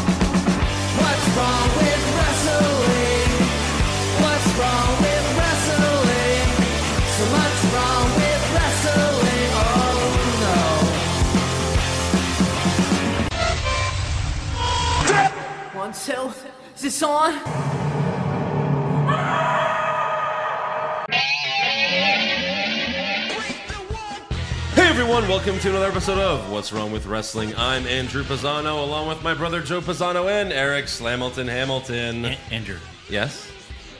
What's wrong with wrestling? What's wrong with wrestling? So much wrong with wrestling. Oh no. One, two, is this on? Hey everyone, welcome to another episode of What's Wrong with Wrestling. I'm Andrew Pisano, along with my brother Joe Pisano and Eric Slamilton Hamilton. An- Andrew, Yes?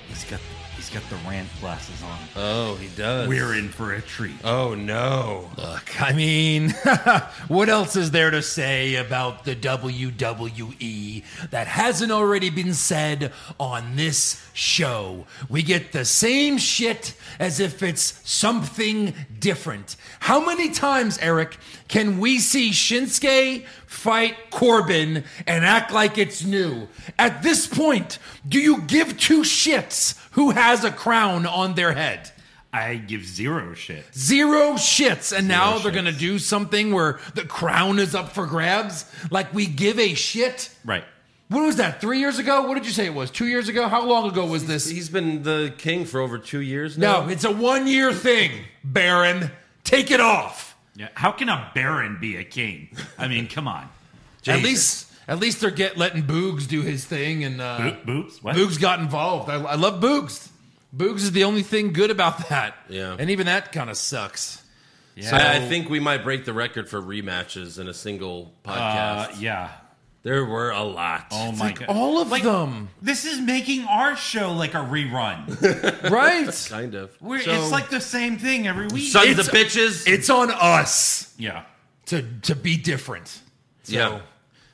he's got he's got the rant glasses on. Oh, he does. We're in for a treat. Oh no. Look, I mean, what else is there to say about the WWE that hasn't already been said on this show? We get the same shit as if it's something different. How many times, Eric, can we see Shinsuke fight Corbin and act like it's new? At this point, do you give two shits who has a crown on their head? I give zero shit. Zero shits. And now they they're going to do something where the crown is up for grabs. Like we give a shit. Right. What was that? Three years ago? What did you say it was? Two years ago? How long ago was this? He's been the king for over two years now. No, it's a one year thing, Baron. Take it off. Yeah. How can a baron be a king? I mean, come on. At Jesus. least. At least they're get letting Boogs do his thing, and uh, Bo- Boogs? What? Boogs got involved. I, I love Boogs. Boogs is the only thing good about that. Yeah. and even that kind of sucks. Yeah. I, I think we might break the record for rematches in a single Uh, podcast. yeah. There were a lot. Oh my god. All of Like, them, This is making our show like a rerun. right? Kind of. We're, So- it's like the same thing every week. Sons It's- of bitches. it's on us. yeah. to to be different. So yeah.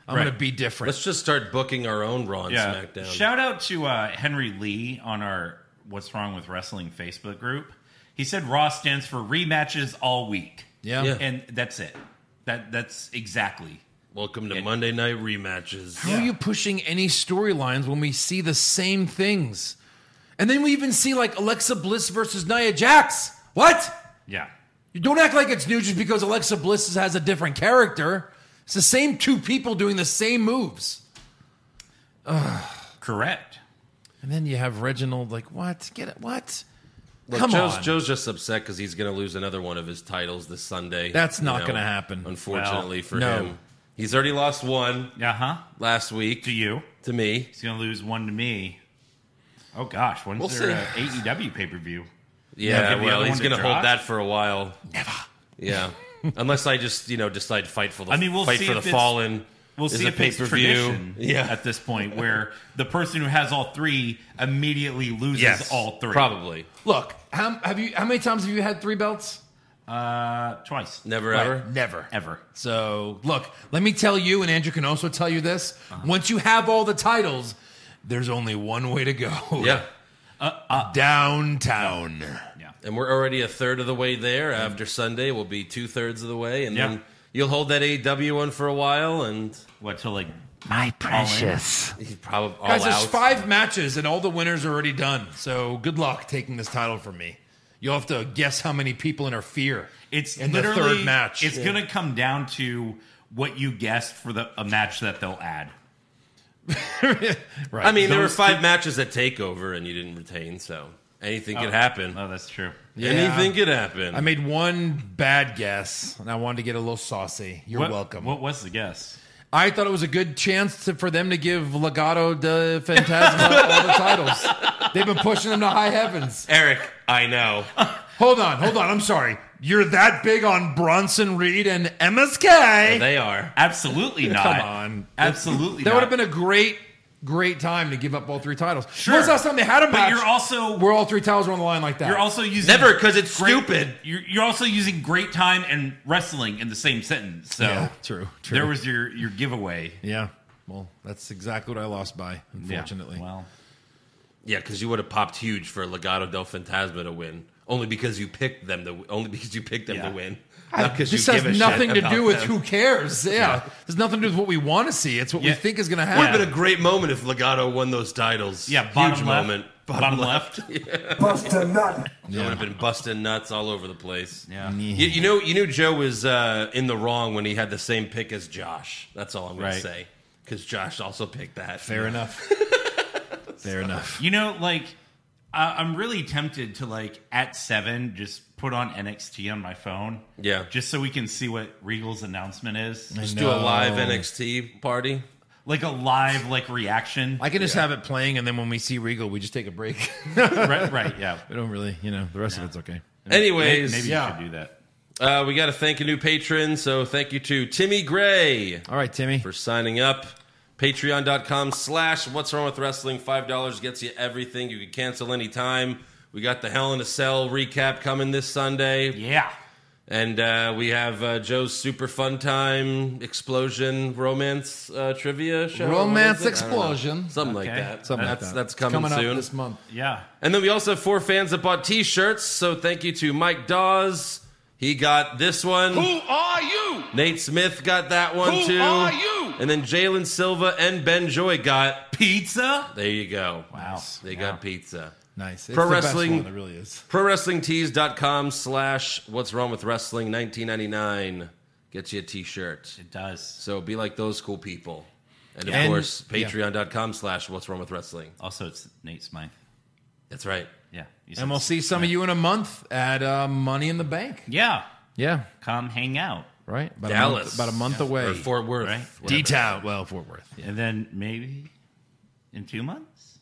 I'm Right. gonna be different. Let's just start booking our own Raw and Yeah. SmackDown. Shout out to uh, Henry Lee on our What's Wrong with Wrestling Facebook group. He said Raw stands for rematches all week. yeah. Yeah. And that's it. That that's exactly. Welcome to Monday Night Rematches. How are you pushing any storylines when we see the same things? And then we even see like Alexa Bliss versus Nia Jax. What? Yeah. You don't act like it's new just because Alexa Bliss has a different character. It's the same two people doing the same moves. Correct. And then you have Reginald like, what? Get it? What? Look, Come Joe's, on. Joe's just upset because he's going to lose another one of his titles this Sunday. That's not gonna happen. Unfortunately Well, for no. him, he's already lost one Uh huh. last week To you. to me. He's gonna lose one to me. Oh gosh, when's We'll their uh, AEW pay per view? Yeah, Yeah, give the well, other he's one to going to hold Josh. that for a while. Never. Yeah, unless I just you know decide fight for the I mean, we'll fight see for if the it's- fallen. We'll is see a if it's pay-per-view. tradition Yeah. at this point, where the person who has all three immediately loses Yes, all three. Probably Look, how, have you? How many times have you had three belts? uh, twice, never ever. Never. ever. So, look, let me tell you, and Andrew can also tell you this once you have all the titles, there's only one way to go. Yeah, Downtown. and we're already a third of the way there. After Sunday, we'll be two thirds of the way, and Yeah. then you'll hold that AEW one for a while, and What till like he's probably all Guys, out. there's five matches, and all the winners are already done. So, good luck taking this title from me. You'll have to guess how many people interfere. it's in the literally third match. It's gonna come down to what you guessed for the a match that they'll add. right. I mean, there were Those five matches at Takeover, and you didn't retain, so anything could happen. Oh, that's true. Anything could happen. I made one bad guess, and I wanted to get a little saucy. You're What- welcome. What was the guess? I thought it was a good chance to, for them to give Legado de Fantasma all the titles. They've been pushing them to high heavens. Eric, I know. Oh, Hold on, hold on. I'm sorry. You're that big on Bronson Reed and MSK. they are. Absolutely not. on. Absolutely. that not. would have been a great great time to give up all three titles. Sure. When's the last time they had a match? But you're also- where all three titles were on the line like that. You're also using Never, 'cause it's great- stupid. You're, you're also using great time and wrestling in the same sentence. So Yeah, true, true. There was your your giveaway. yeah. Well, that's exactly what I lost by, unfortunately. Yeah, well, Yeah, because you would have popped huge for Legado del Fantasma to win, only because you picked them to only because you picked them to Yeah. win. I- Not 'cause this you has give a nothing shit to do about with them. who cares. Yeah. There's nothing to do with what we want to see. It's what we Yeah. think is going to Would have happen. been a great moment if Legato won those titles. yeah bottom huge left, moment. Bottom, left. Buster Nut. It would have been busting nuts all over the place. Yeah. You, you know, you knew Joe was uh, in the wrong when he had the same pick as Josh. That's all I'm going Right. to say. Because Josh also picked that. Fair enough. Fair enough. You know, like I I'm really tempted to like at seven just put on NXT on my phone. Yeah. Just so we can see what Regal's announcement is. Just do a live NXT party. Like a live like reaction. I can just have it playing, and then when we see Regal, we just take a break. right, right, yeah. we don't really, you know, the rest of it's okay. Anyways, Maybe Yeah. you should do that. Uh, we got to thank a new patron. So thank you to Timmy Gray All right, Timmy. for signing up. Patreon.com slash What's Wrong with Wrestling. $5 gets you everything. You can cancel anytime. We got the Hell in a Cell recap coming this Sunday. Yeah. And uh, we have uh, Joe's super fun time explosion romance uh, trivia show. Romance What is it? I don't know. explosion. something like Okay. that. Something like that's that. that's It's coming, up soon. this month. Yeah. and then we also have four fans that bought T-shirts. So thank you to Mike Dawes. He got this one. Who are you? Nate Smith got that one Who too. are you? And then Jalen Silva and Ben Joy got. Pizza? There you go. Wow. They Yeah. got pizza. Nice. It's Pro the best wrestling- one, It really is. ProWrestlingTees.com slash What's Wrong with Wrestling 1999 gets you a T-shirt. It does. So be like those cool people. And of And- course, yeah. patreon.com slash what's wrong with wrestling. Also it's Nate Smythe. That's right. Yeah. you said- And we'll see some of you in a month at uh, Money in the Bank. Yeah. Yeah, Come hang out. right. About Dallas. a month, about a month away. Or Fort Worth. Right. whatever. town Well, Fort Worth. And then maybe in two months?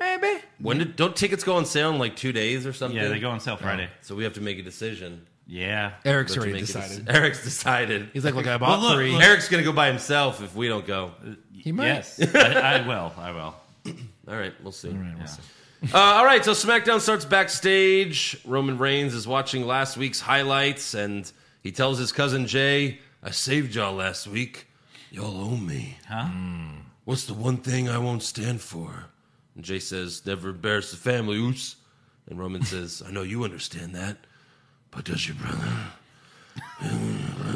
Maybe. When did, don't tickets go on sale in like two days or something? Yeah, they go on sale Friday. So we have to make a decision. Yeah. Eric's We have to already make a decided. deci- Eric's decided. He's like, look, I bought Well, look, three. look. Eric's going to go by himself if we don't go. He might. Yes. I, I will. I will. All right, we'll see. Yeah. Uh, all right, so SmackDown starts backstage. Roman Reigns is watching last week's highlights, and he tells his cousin Jay, "I saved y'all last week. Y'all owe me. Hmm. Huh? What's the one thing I won't stand for?" And Jay says, "Never embarrass the family, oops." And Roman says, "I know you understand that, but does your brother?"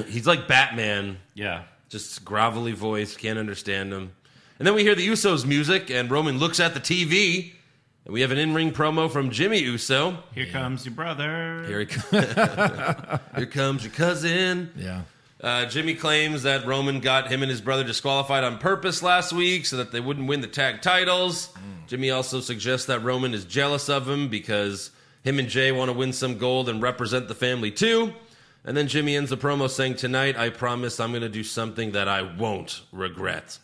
He's like Batman, Yeah. just grovelly voice, can't understand him. And then we hear the Usos music, and Roman looks at the TV, and we have an in-ring promo from Jimmy Uso. Here comes your brother. Here, he co- Here comes your cousin. Yeah. Uh, Jimmy claims that Roman got him and his brother disqualified on purpose last week so that they wouldn't win the tag titles. Jimmy also suggests that Roman is jealous of him because him and Jay want to win some gold and represent the family too. And then Jimmy ends the promo saying, Tonight, I promise I'm going to do something that I won't regret.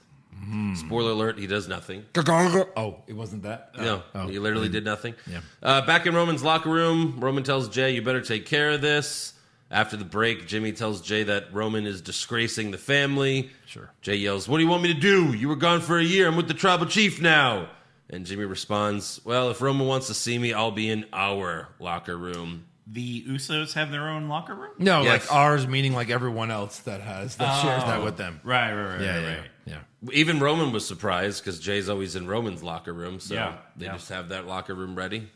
Spoiler alert, he does nothing. Oh, it wasn't that. No, Oh. he literally did nothing. Yeah. Uh, back in Roman's locker room, Roman tells Jay, "You better take care of this." After the break, Jimmy tells Jay that Roman is disgracing the family. Sure. Jay yells, "What do you want me to do? You were gone for a year. I'm with the tribal chief now." And Jimmy responds, "Well, if Roman wants to see me, I'll be in our locker room." The Usos have their own locker room? No, Yes. like ours, meaning like everyone else that has that shares that with them. Right, right, right, Yeah, right, yeah, right. yeah. Even Roman was surprised because Jay's always in Roman's locker room, so Yeah, they yeah. just have that locker room ready.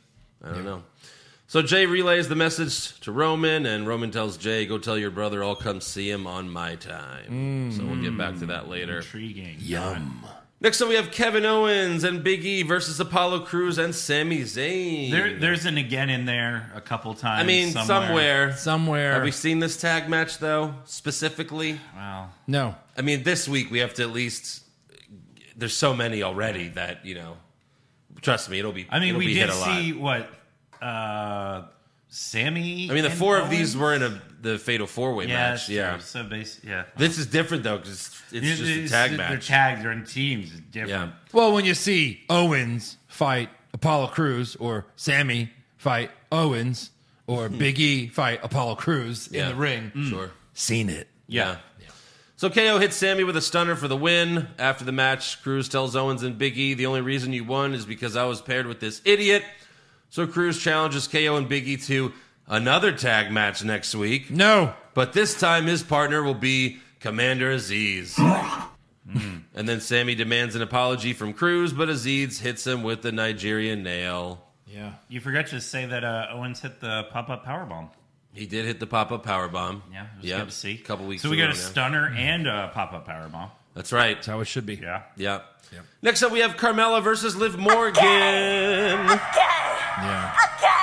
I don't know. So Jay relays the message to Roman, and Roman tells Jay, "Go tell your brother I'll come see him on my time." So we'll get back to that later. Intriguing. Yum. Next up, we have Kevin Owens and Big E versus Apollo Crews and Sami Zayn. There, there's an again in there a couple times. I mean, somewhere. Have Somewhere. we seen this tag match though? Specifically, Wow. no. I mean, this week we have to at least. There's so many already that you know. Trust me, it'll be. I mean, it'll we be did hit a lot. see what uh, Sammy. I mean, the and four of Owens? these were in a the fatal four way yeah, match. that's Yeah, true. So base, yeah. this is different though because it's, it's It- just a it's- tag They're match. tagged. They're in teams. It's different. yeah, Well, when you see Owens fight Apollo Cruz or Sammy fight Owens or Big E fight Apollo Cruz Yeah. in the ring, sure. seen it. Yeah. So KO hits Sammy with a stunner for the win. After the match, Cruz tells Owens and Big E, the only reason you won is because I was paired with this idiot. So Cruz challenges KO and Big E to another tag match next week. No. But this time his partner will be Commander Aziz. And then Sammy demands an apology from Cruz, but Aziz hits him with the Nigerian nail. Yeah. You forgot to say that uh, Owens hit the pop up power bomb. He did hit the pop up power bomb. Yeah, it was good to see. Couple weeks. So we in got row a now. stunner and a pop up power bomb. That's right. That's how it should be. Yeah. Yeah. Next up, we have Carmella versus Liv Morgan. Yeah.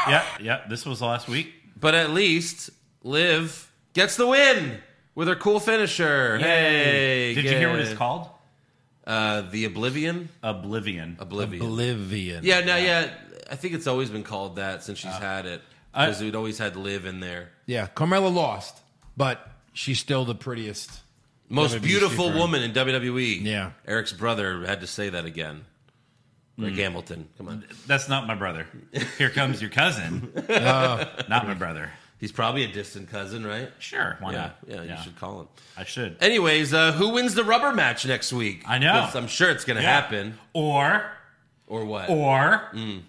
Yeah. Yeah. This was last week. But at least Liv gets the win with her cool finisher. Hey, Did you hear what Uh, yeah. it's called? Uh, the Oblivion. Oblivion. Oblivion. Oblivion. yeah, no, yeah. I think it's always been called that since Uh, she's had it because we'd always had Liv in there. Yeah. Carmella lost, but she's still the prettiest. Most WWC beautiful for- woman in WWE. Yeah. Eric's brother had to say that again. Rick Mm. Hamilton. Come on. That's not my brother. Here comes your cousin. not my brother. He's probably a distant cousin, right? Sure. Why Yeah, not? yeah, you should call him. I should. Anyways, uh, who wins the rubber match next week? I know. 'Cause I'm sure it's going to Yeah. happen. Or Or what? or Mm.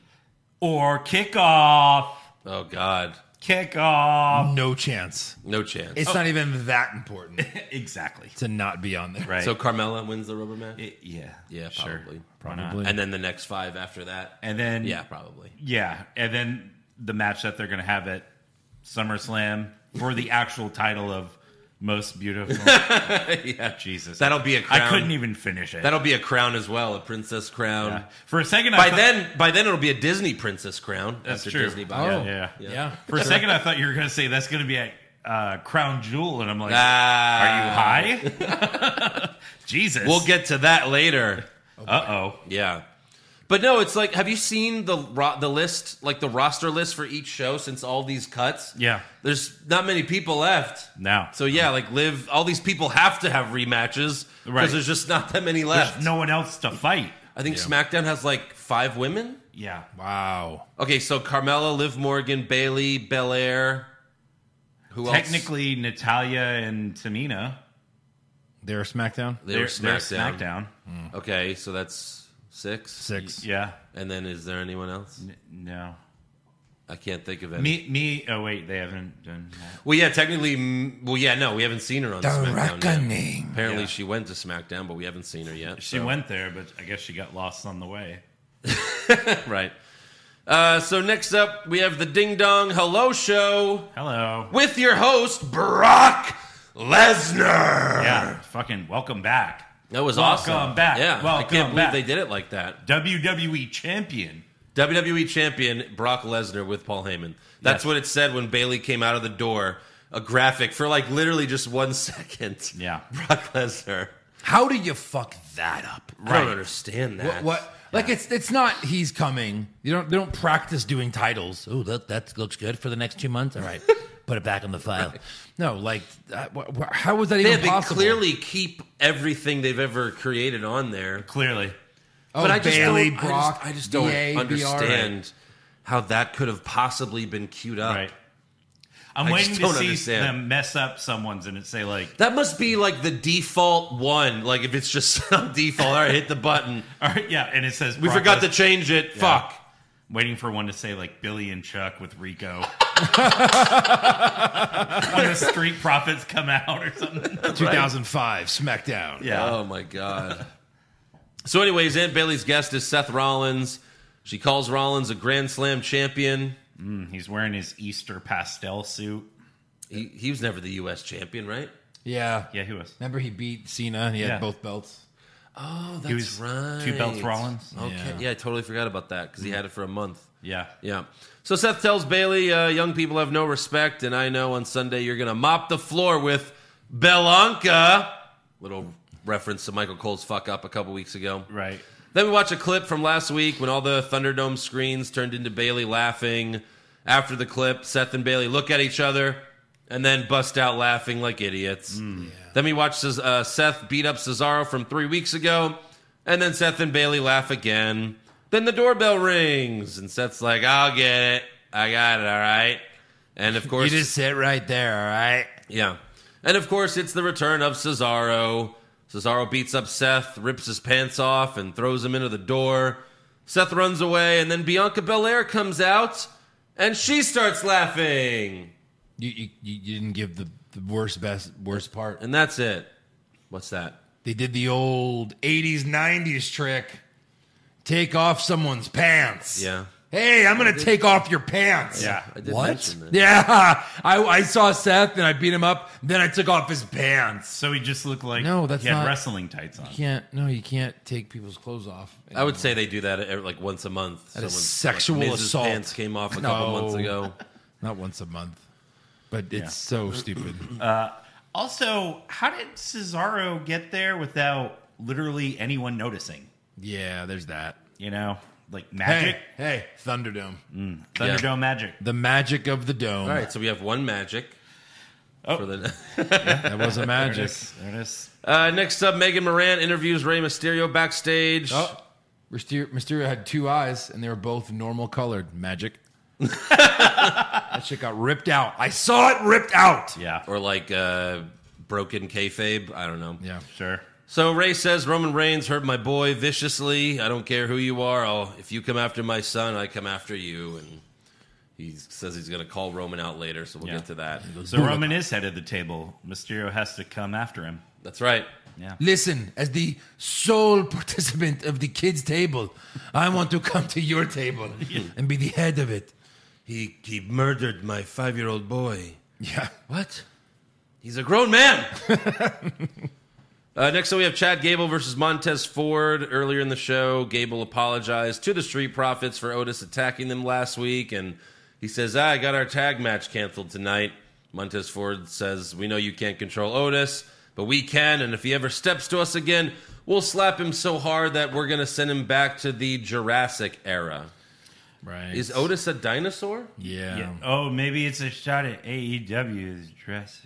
or kickoff. oh, God. Kickoff. No chance. No chance. Oh. It's not even that important exactly. to not be on there. Right. so Carmella wins the rubber match? It- yeah. yeah, Sure. Mm. probably. Probably. And then the next five after that? And then yeah, probably. Yeah, and then the match that they're going to have at SummerSlam for the actual title of most beautiful. yeah. Jesus, That'll be a crown. I couldn't even finish it. That'll be a crown as well, a princess crown. Yeah. For a second, I By thought, then, by then it'll be a Disney princess crown. That's after true. Disney buys Oh. it. yeah. Yeah. For a second, I thought you were going to say that's going to be a uh, crown jewel, and I'm like, Ah. are you high? Jesus, We'll get to that later. Uh oh, Yeah. But no, it's like, have you seen the ro- the list, like the roster list for each show since all these cuts? yeah. There's not many people left. Now, So yeah, like live, all these people have to have rematches because Right. there's just not that many left. there's no one else to fight. I think SmackDown has like five women. Yeah, Wow. Okay, so Carmella, Liv Morgan, Bailey, Belair. Who else? technically Natalia and Tamina, They're SmackDown? they were they're SmackDown. SmackDown. Okay, so that's six. Six. Yeah, And then is there anyone else? no. I can't think of any. Me, me. Oh wait, they haven't done. That. Well, yeah, technically. mm, Well, yeah, no, we haven't seen her on SmackDown. yet. Apparently, Yeah. she went to SmackDown, but we haven't seen her yet. She so- went there, but I guess she got lost on the way. right. Uh, so next up, we have the Ding Dong Hello Show Hello. with your host Brock Lesnar. Yeah, fucking welcome back, That was Welcome awesome. back. Yeah, I Welcome can't believe back. they did it like that. WWE E champion. WWE E champion Brock Lesnar with Paul Heyman. That's Yes. what it said when Bailey came out of the door. A graphic for like literally just one second. Yeah. Brock Lesnar. How do you fuck that up? I don't understand that. What? what Like it's it's not he's coming. You don't they don't practice doing titles. Oh, that that looks good for the next two months. All right, put it back on the file. No, like that, wh- wh- how was that They even had to possible? clearly keep everything they've ever created on there. Clearly, oh, but I just Bailey, don't, Brock, I just, I just don't DA, understand how that could have possibly been queued up. right. I'm I waiting just to don't see understand. them mess up someone's and it say like, That must be like the default one. Like if it's just some default, all right, hit the button. all right, yeah, and it says We Brock forgot to Les- change it. Fuck. waiting for one to say like Billy and Chuck with Rico. when the street profits come out or something. 2005 SmackDown. Yeah. Oh my god. so, anyways, Aunt Bailey's guest is Seth Rollins. She calls Rollins a Grand Slam champion. Um, He's wearing his Easter pastel suit. He, he was never the U.S. champion, right? yeah, Yeah, he was. Remember he beat Cena and he had Yeah. both belts. Oh, that's He was two belts Rollins. Mm-hmm. Okay, yeah. Yeah. I totally forgot about that because he had it for a month. Yeah. Yeah. So Seth tells Bailey, uh, "Young people have no respect, and I know on Sunday you're gonna mop the floor with Belanca." Little reference to Michael Cole's fuck up a couple weeks ago. Right. Then we watch a clip from last week when all the Thunderdome screens turned into Bailey laughing. After the clip, Seth and Bailey look at each other and then bust out laughing like idiots. Then we watch Ces- uh, Seth beat up Cesaro from three weeks ago, and then Seth and Bailey laugh again. Then the doorbell rings, and Seth's like, "I'll get it. I got it. All right." And of You course, just sit right there, all right? yeah. And of course, it's the return of Cesaro. Cesaro beats up Seth, rips his pants off, and throws him into the door. Seth runs away, and then Bianca Belair comes out, and she starts laughing. You, you, you you didn't give the, the worst best worst part. And that's it. What's that? They did the old 80s 90s trick. Take off someone's pants. Yeah. Hey, I'm going to take off your pants. Yeah. I did What? mention that. Yeah. I, I saw Seth and I beat him up. Then I took off his pants. So he just looked like No, that's he had not- wrestling tights on. Can't no, you can't take people's clothes off. I would say they do that every, like once a month. That is Someone- sexual like, Miz's assault. Pants came off a couple No. months ago. not once a month, but it's so stupid. Also, how did Cesaro get there without literally anyone noticing? yeah, there's that. You know, like magic, Hey, hey, Thunderdome, Thunderdome magic. the magic of the dome. All right, so we have one magic. Oh. For the That was a There it magic. is. There it is. uh, next up, Megan Moran interviews Rey Mysterio backstage. oh, Mysterio, Mysterio had two eyes, and they were both normal colored. Magic. that shit got ripped out. I saw it ripped out. Yeah, Or like uh, broken kayfabe. I don't know. Yeah. sure. So Ray says Roman Reigns hurt my boy viciously. I don't care who you are. I'll, if you come after my son, I come after you. And he says he's going to call Roman out later, so we'll Yeah. get to that. So Roman is head of the table. Mysterio has to come after him. That's right. Yeah. Listen, as the sole participant of the kids' table, I want to come to your table and be the head of it. He he murdered my five year old boy. Yeah. What? He's a grown man. uh, next up, we have Chad Gable versus Montez Ford. Earlier in the show, Gable apologized to the Street Profits for Otis attacking them last week, and he says, ah, "I got our tag match canceled tonight." Montez Ford says, "We know you can't control Otis, but we can, and if he ever steps to us again, we'll slap him so hard that we're gonna send him back to the Jurassic era." Right. Is Otis a dinosaur? yeah. Yeah. Oh, maybe it's a shot at AEW's dress.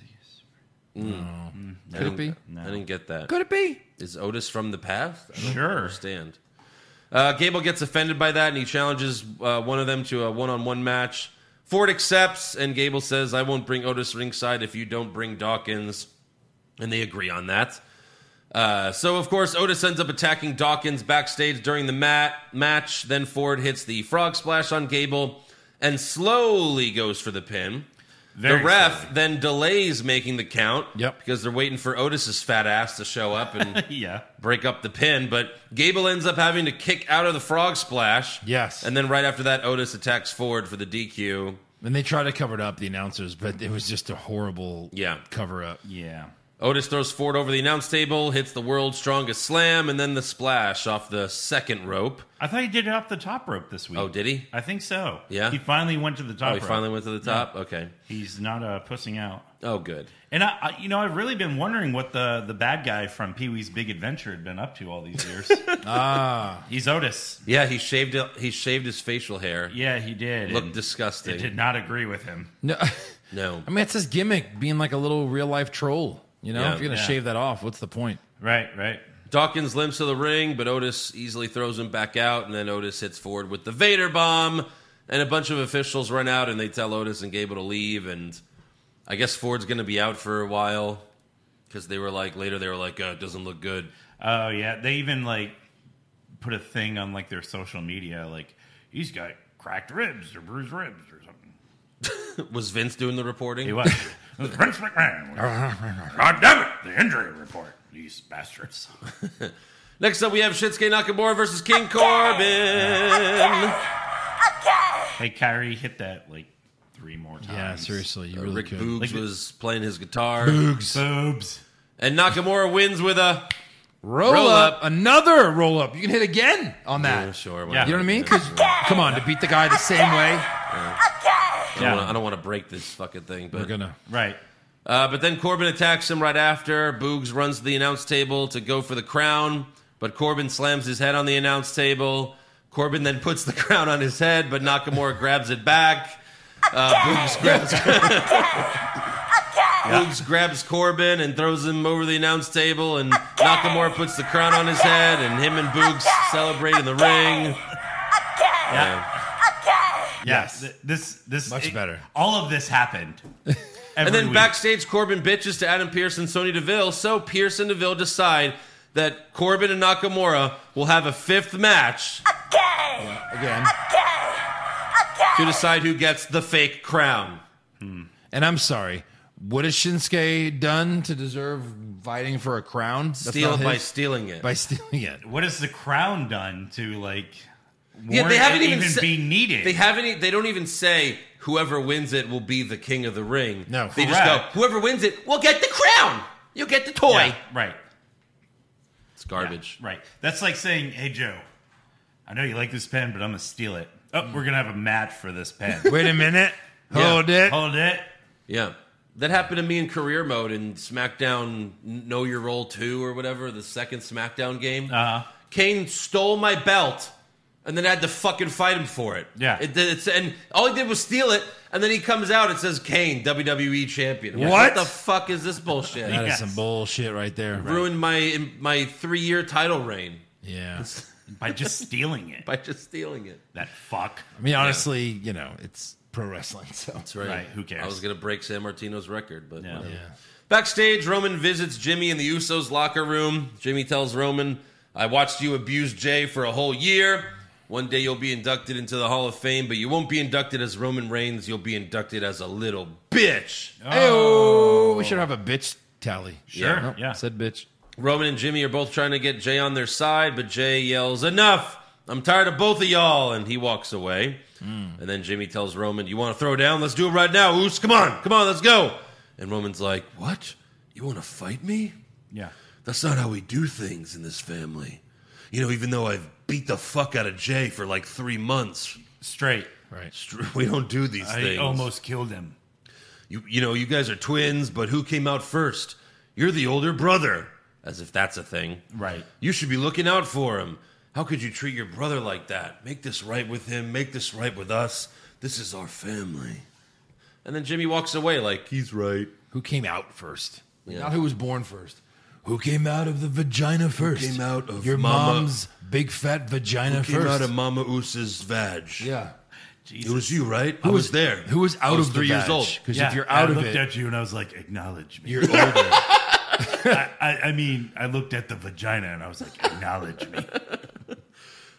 Could it be? I didn't get that. Could it be? Is Otis from the past? I don't Sure. understand. Uh, Gable gets offended by that and he challenges uh, one of them to a one on one match. Ford accepts, and Gable says, I won't bring Otis ringside if you don't bring Dawkins. And they agree on that. Uh, so, of course, Otis ends up attacking Dawkins backstage during the mat- match. Then Ford hits the frog splash on Gable and slowly goes for the pin. Very the ref slowly. then delays making the count Yep. because they're waiting for Otis's fat ass to show up and Yeah. break up the pin, but Gable ends up having to kick out of the frog splash. Yes. And then right after that, Otis attacks Ford for the DQ. And they tried to cover it up, the announcers, but it was just a horrible Yeah. cover up. Yeah. Otis throws Ford over the announce table, hits the world's strongest slam, and then the splash off the second rope. I thought he did it off the top rope this week. Oh, did he? I think so. Yeah? He finally went to the top Oh, he rope. finally went to the top? Okay. He's not uh, pussing out. Oh, good. And I, I, you know, I've really been wondering what the the bad guy from Pee Wee's Big Adventure had been up to all these years. ah, he's Otis. Yeah, he shaved he shaved his facial hair. Yeah, he did. Looked And disgusting. I did not agree with him. No, No. I mean, it's his gimmick, being like a little real life troll. You know, Yeah. if you're going to Yeah. shave that off, what's the point? Right, right. Dawkins limps to the ring, but Otis easily throws him back out, and then Otis hits Ford with the Vader bomb, and a bunch of officials run out and they tell Otis and Gable to leave, and I guess Ford's going to be out for a while because they were like later they were like uh, it doesn't look good. Oh yeah, they even like put a thing on like their social media, like he's got cracked ribs or bruised ribs or something. Was Vince doing the reporting? He was. it was Vince McMahon. God damn it! The injury report. These bastards. Next up, we have Shinsuke Nakamura versus King Corbin. Hey, Kyrie, hit that like three more times. Yeah, seriously, Uh, you really Rick could. Boogs Like- was playing his guitar, Boobs. and Nakamura wins with a Roll, Roll up. up. another roll up. You can hit again on that. Yeah, sure. Yeah. You know what I mean? whatever. 'Cause- come on, to beat the guy the same way, I don't wanna- I don't want to break this fucking thing, but we're gonna. Right. Uh, but then Corbin attacks him right after. Boogs runs to the announce table to go for the crown, but Corbin slams his head on the announce table. Corbin then puts the crown on his head, but Nakamura grabs it back. Uh, Boogs, grabs, Boogs grabs Corbin and throws him over the announce table, and Nakamura puts the crown on his head, and him and Boogs celebrate in the ring. Yeah. Yeah. Yes. This. This. Much better. All of this happened. and then week. backstage, Corbin bitches to Adam Pierce and Sony Deville. So Pierce and Deville decide that Corbin and Nakamura will have a fifth match again. to decide who gets the fake crown. And I'm sorry. What has Shinsuke done to deserve fighting for a crown? That's Steal not it by his- stealing it. by stealing it. What has the crown done to like? yeah, they warrant haven't it even, sa- be needed. They haven't. e- They don't even say whoever wins it will be the king of the ring. No, they just go correct. whoever wins it will get the crown. You'll get the toy. Yeah, right, It's garbage. right. That's like saying, "Hey Joe, I know you like this pen, but I'm gonna steal it. Oh, we're gonna have a match for this pen. Wait a minute. Yeah. Hold it. Hold it." Yeah. That happened to me in career mode in SmackDown Know Your Role 2 or whatever, the second SmackDown game. Uh-huh. Uh, Kane stole my belt and then had to fucking fight him for it. Yeah. It, it's, and all he did was steal it, and then he comes out, it says Kane, WWE Champion. I'm like, What? the fuck is this bullshit? That is Yes. some bullshit right there. Ruined my, my three year title reign Yeah. by just stealing it. by just stealing it. that fuck. I mean, honestly, you know, it's pro wrestling, so That's right. Right, who cares? I was going to break San Martino's record, but Yeah. whatever. yeah. Backstage, Roman visits Jimmy in the Usos locker room. Jimmy tells Roman, I watched you abuse Jay for a whole year. One day you'll be inducted into the Hall of Fame, but you won't be inducted as Roman Reigns. You'll be inducted as a little bitch. Oh, we should have a bitch tally. Sure. Nope, yeah. Said bitch. Roman and Jimmy are both trying to get Jay on their side, but Jay yells, Enough! I'm tired of both of y'all. And he walks away. And then Jimmy tells Roman, You want to throw down? Let's do it right now. Oos, come on. Come on, let's go. And Roman's like, What? You want to fight me? yeah. That's not how we do things in this family. You know, even though I've beat the fuck out of Jay for like three months, Straight. Right. we don't do these I things. almost killed him. You, you know, you guys are twins, but who came out first? You're the older brother. As if that's a thing. Right. You should be looking out for him. How could you treat your brother like that? Make this right with him. Make this right with us. This is our family. And then Jimmy walks away like he's right. Who came out first? Not who was born first. Who came out of the vagina first? came out of your mama- mom's big fat vagina Who first? came out of Mama Oose's vag? yeah. It was you, right? I was there. Who was out I was of three the years old? Because Yeah, if you're I out of looked it, at you and I was like, acknowledge me. you're older. I, I mean, I looked at the vagina and I was like, acknowledge me.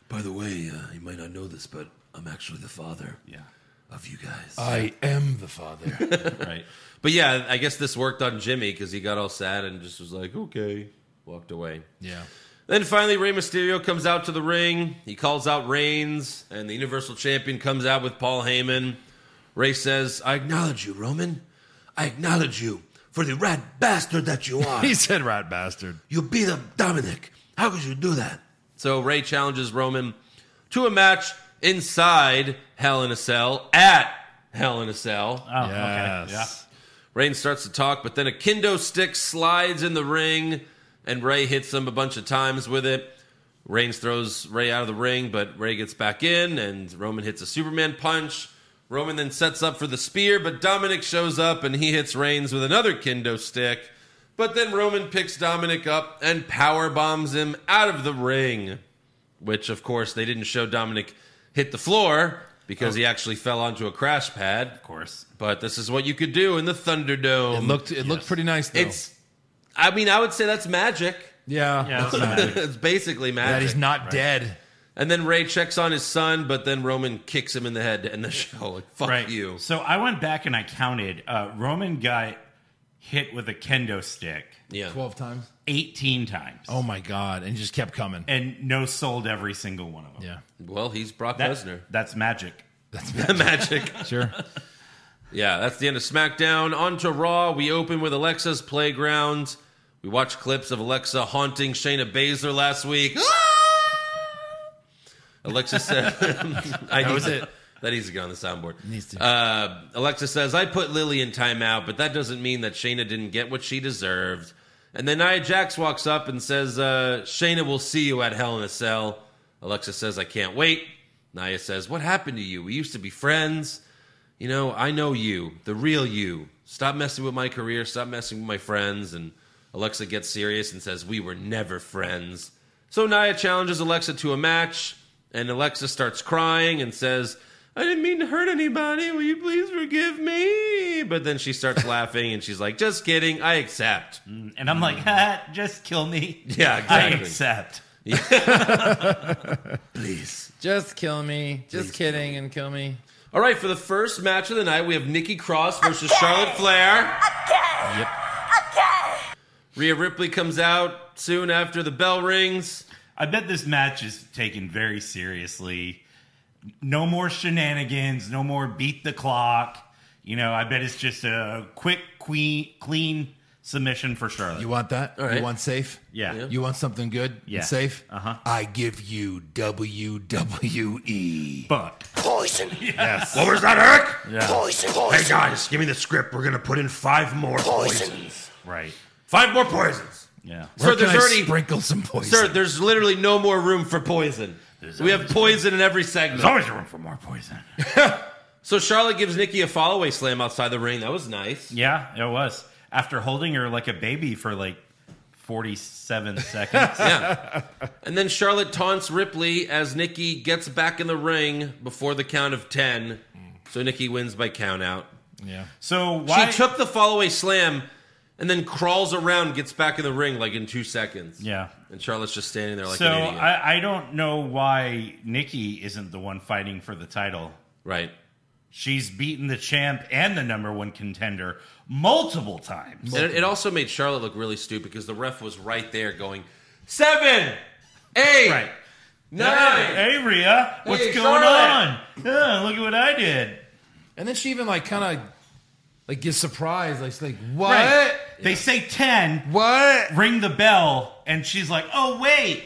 By the way, uh, you might not know this, but I'm actually the father Yeah. of you guys. I am the father. Right. but yeah, I guess this worked on Jimmy because he got all sad and just was like, okay, walked away. yeah. Then finally, Rey Mysterio comes out to the ring. He calls out Reigns, and the Universal Champion comes out with Paul Heyman. Rey says, I acknowledge you, Roman. I acknowledge you for the rat bastard that you are. He said rat bastard. You beat up Dominic. How could you do that? So Ray challenges Roman to a match inside Hell in a Cell at Hell in a Cell. Oh, okay. Yeah. yes. Rain starts to talk, but then a kendo stick slides in the ring, and Ray hits him a bunch of times with it. Reigns throws Ray out of the ring, but Ray gets back in, and Roman hits a Superman punch. Roman then sets up for the spear, but Dominic shows up and he hits Reigns with another kendo stick. But then Roman picks Dominic up and power bombs him out of the ring, which of course they didn't show Dominic hit the floor because Oh. he actually fell onto a crash pad. Of course. But this is what you could do in the Thunderdome. It looked it looked pretty nice though. It's. I mean, I would say that's magic. yeah. Yeah. that's not it. it's basically magic. That he's not dead. And then Ray checks on his son, but then Roman kicks him in the head to end the show. Like, fuck right. you. So I went back and I counted. Uh, Roman got hit with a kendo stick Yeah. Twelve times. 18 times. Oh my god! And he just kept coming. And no sold every single one of them. Yeah. Well, he's Brock That- Lesnar. That's magic. magic. Sure. Yeah, that's the end of SmackDown. On to Raw. We open with Alexa's Playground. We watch clips of Alexa haunting Shayna Baszler last week. Ah! Alexa said, I that was it. That needs to go on the soundboard. Needs to. Uh, Alexa says, I put Lily in timeout, but that doesn't mean that Shayna didn't get what she deserved. And then Nia Jax walks up and says, uh, Shayna will see you at Hell in a Cell. Alexa says, I can't wait. Nia says, What happened to you? We used to be friends. You know, I know you, the real you. Stop messing with my career. Stop messing with my friends. And Alexa gets serious and says, We were never friends. So Naya challenges Alexa to a match, and Alexa starts crying and says, I didn't mean to hurt anybody. Will you please forgive me? But then she starts laughing and she's like, just kidding. I accept. And Mm. I'm like, "Ha, just kill me. Yeah, I exactly. accept. Just kill me. Just kidding and kill me. All right, for the first match of the night, we have Nikki Cross versus Charlotte Flair. Yep. Rhea Ripley comes out soon after the bell rings. I bet this match is taken very seriously. No more shenanigans, no more beat the clock. You know, I bet it's just a quick, queen, clean submission for Charlotte. You want that? All right. You want safe? yeah. Yeah. You want something good Yeah. and safe? Uh-huh. I give you WWE. Fuck. Poison. Yes. What was that, Eric? Poison. Hey Poison. guys, give me the script. We're gonna put in five more Poison. poisons. Right. Five more poisons. Yeah. Where Sir, there's can I already- sprinkle some poison. Sir, there's literally no more room for poison. we have poison in every segment. There's always room for more poison. So Charlotte gives Nikki a fallaway slam outside the ring. That was nice. yeah, it was. After holding her like a baby for like 47 seconds. And then Charlotte taunts Ripley as Nikki gets back in the ring before the count of 10. So Nikki wins by count out. Yeah. So why? She took the fallaway slam and then crawls around, gets back in the ring like in two seconds. yeah. And Charlotte's just standing there like so an idiot. I, I don't know why Nikki isn't the one fighting for the title. right. She's beaten the champ and the number one contender multiple times. And it, it also made Charlotte look really stupid because the ref was right there going, seven, eight, Right. nine. Hey, Rhea, what's Hey, going Charlotte. on? Yeah, look at what I did. And then she even like kind of like gets surprised. Like, she's like what? Right. They say 10, What? ring the bell, and she's like, oh, wait,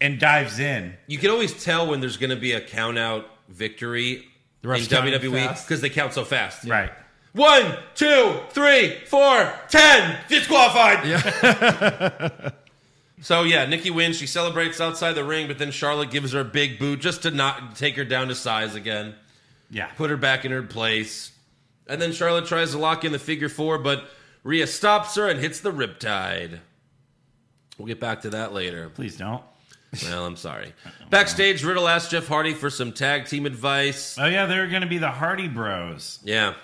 and dives in. You can always tell when there's going to be a count out victory in ref's counting WWE fast. because they count so fast. Right. One, two, three, four, ten. Disqualified. Yeah. so yeah, Nikki wins. She celebrates outside the ring, but then Charlotte gives her a big boot just to not take her down to size again. Yeah. Put her back in her place. And then Charlotte tries to lock in the figure four, but Rhea stops her and hits the riptide. We'll get back to that later. Please don't. Well, I'm sorry. Backstage, Riddle asked Jeff Hardy for some tag team advice. Oh, yeah, they're going to be the Hardy Bros. Yeah,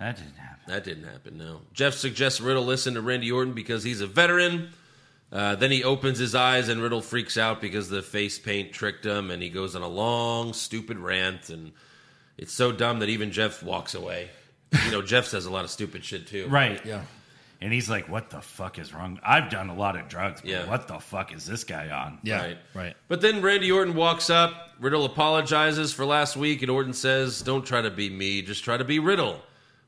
That didn't happen. that didn't happen, no. Jeff suggests Riddle listen to Randy Orton because he's a veteran. Uh, then he opens his eyes and Riddle freaks out because the face paint tricked him and he goes on a long, stupid rant. And it's so dumb that even Jeff walks away. You know, Jeff says a lot of stupid shit too. Right. Yeah. And he's like, what the fuck is wrong? I've done a lot of drugs, but Yeah. what the fuck is this guy on? Yeah. Right. Right. But then Randy Orton walks up. Riddle apologizes for last week, and Orton says, Don't try to be me, just try to be Riddle.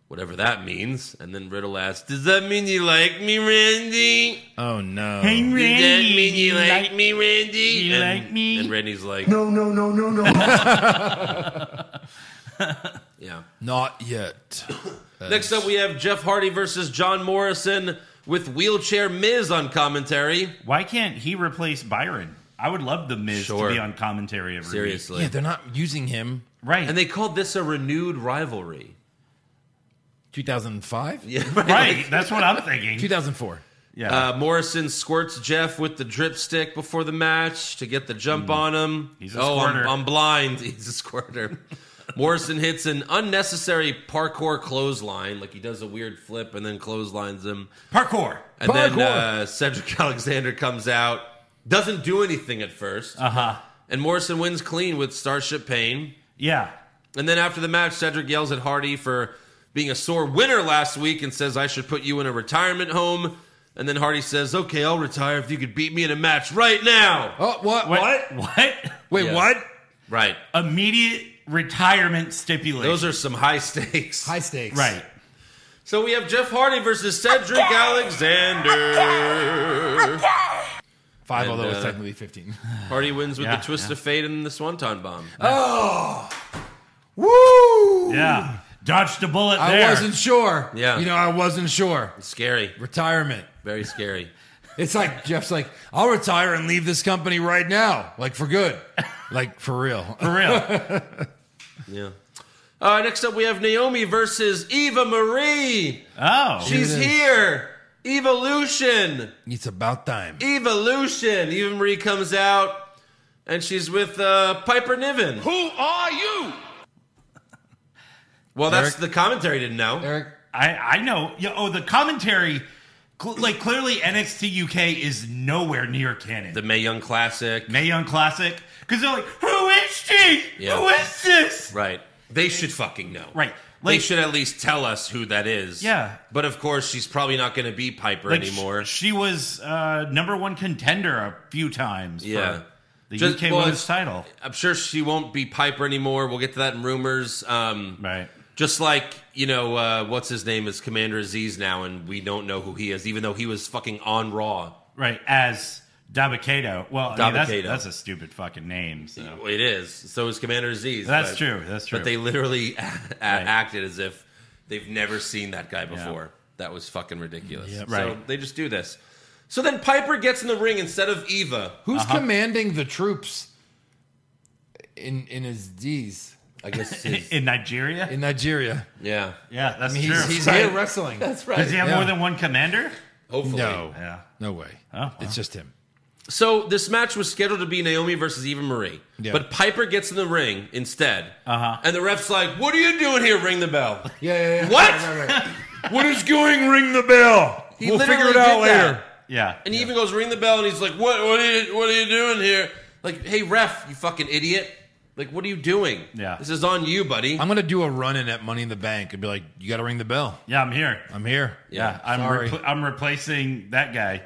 Whatever that means. And then Riddle asks, Does that mean you like me, Randy? Oh no. Does that mean you like me, Randy? you and, like me? And Randy's like, No, no, no, no, no. Yeah. Not yet. Next up, we have Jeff Hardy versus John Morrison with Wheelchair Miz on commentary. Why can't he replace Byron? I would love the Miz Sure. to be on commentary every Seriously. Yeah, they're not using him. week. Right. And they called this a renewed rivalry. 2005. Yeah, right. That's what I'm thinking. 2004. Yeah. Uh, Morrison squirts Jeff with the drip stick before the match to get the jump on him. Hmm. He's a oh, I'm- squirter. I'm, blind. He's a squirter. Morrison hits an unnecessary parkour clothesline, like he does a weird flip and then clotheslines him. Parkour. And then Parkour. uh, Cedric Alexander comes out, doesn't do anything at first, Uh huh. and Morrison wins clean with Starship Pain. Yeah. And then after the match, Cedric yells at Hardy for being a sore winner last week and says, I should put you in a retirement home. And then Hardy says, Okay, I'll retire if you could beat me in a match right now. Oh what? What? What? Wait, Yeah. what? Right. Immediate retirement stipulation. Those are some high stakes. High stakes. right. So we have Jeff Hardy versus Cedric Alexander. Five, And, although uh, it's technically 15. Hardy wins with Yeah, the twist yeah. of fate and the Swanton bomb. Oh! Woo! Yeah. Dodged a bullet I there. wasn't sure. Yeah. You know, I wasn't sure. Scary. Retirement. Very scary. It's like Jeff's like, I'll retire and leave this company right now, like for good, like for real. For real. Yeah. Uh, next up, we have Naomi versus Eva Marie. Oh. She's it is. here. Evolution. It's about time. Evolution. Eva Marie comes out and she's with uh, Piper Niven. Who are you? Well, that's Eric? the commentary didn't know. Eric. I, I know. Yeah, oh, the commentary, cl- like clearly NXT UK is nowhere near canon. The May Young Classic. Mae Young Classic, because they're like, who is she? Yeah. Who is this? Right. They should fucking know. Right. they Like- should at least tell us who that is. Yeah. But of course, she's probably not going to be Piper Like, anymore. sh- She was uh, number one contender a few times. Yeah. for the Just- UK well, Women's it's- title. I'm sure she won't be Piper anymore. We'll get to that in rumors. Um, Right. Just like, you know, uh, what's his name is Commander Aziz now, and we don't know who he is, even though he was fucking on Raw. Right. As Dabakato. Well, I mean, Dabakato. that's, that's a stupid fucking name. So. Well, It is. So is Commander Aziz. That's but- true. That's true. But they literally a- a- acted as if they've never seen that guy before. That was fucking ridiculous. So Right. they just do this. So then Piper gets in the ring instead of Eva. Who's commanding the troops in in his D's? I guess it's his, in Nigeria? in Nigeria. Yeah. yeah, that's He's, true. he's Right. here wrestling. That's right. Does he have Yeah. more than one commander? Hopefully. No, Yeah. no way. wow. It's just him. So this match was scheduled to be Naomi versus Eva Marie. Yeah. But Piper gets in the ring instead. Uh-huh. And the ref's like, What are you doing here? Ring the bell. Yeah, yeah, yeah. What? Right, right, right. What is going? Ring the bell. He we'll literally figure it did out that. later. Yeah. And he even goes ring the bell, and he's like, "What? What are you? What are you doing here? Like, hey ref, you fucking idiot! Like, what are you doing? Yeah. this is on you, buddy. I'm gonna do a run in at Money in the Bank and be like, "You got to ring the bell. Yeah, I'm here. I'm here." Yeah, I'm sorry. repl- I'm replacing that guy.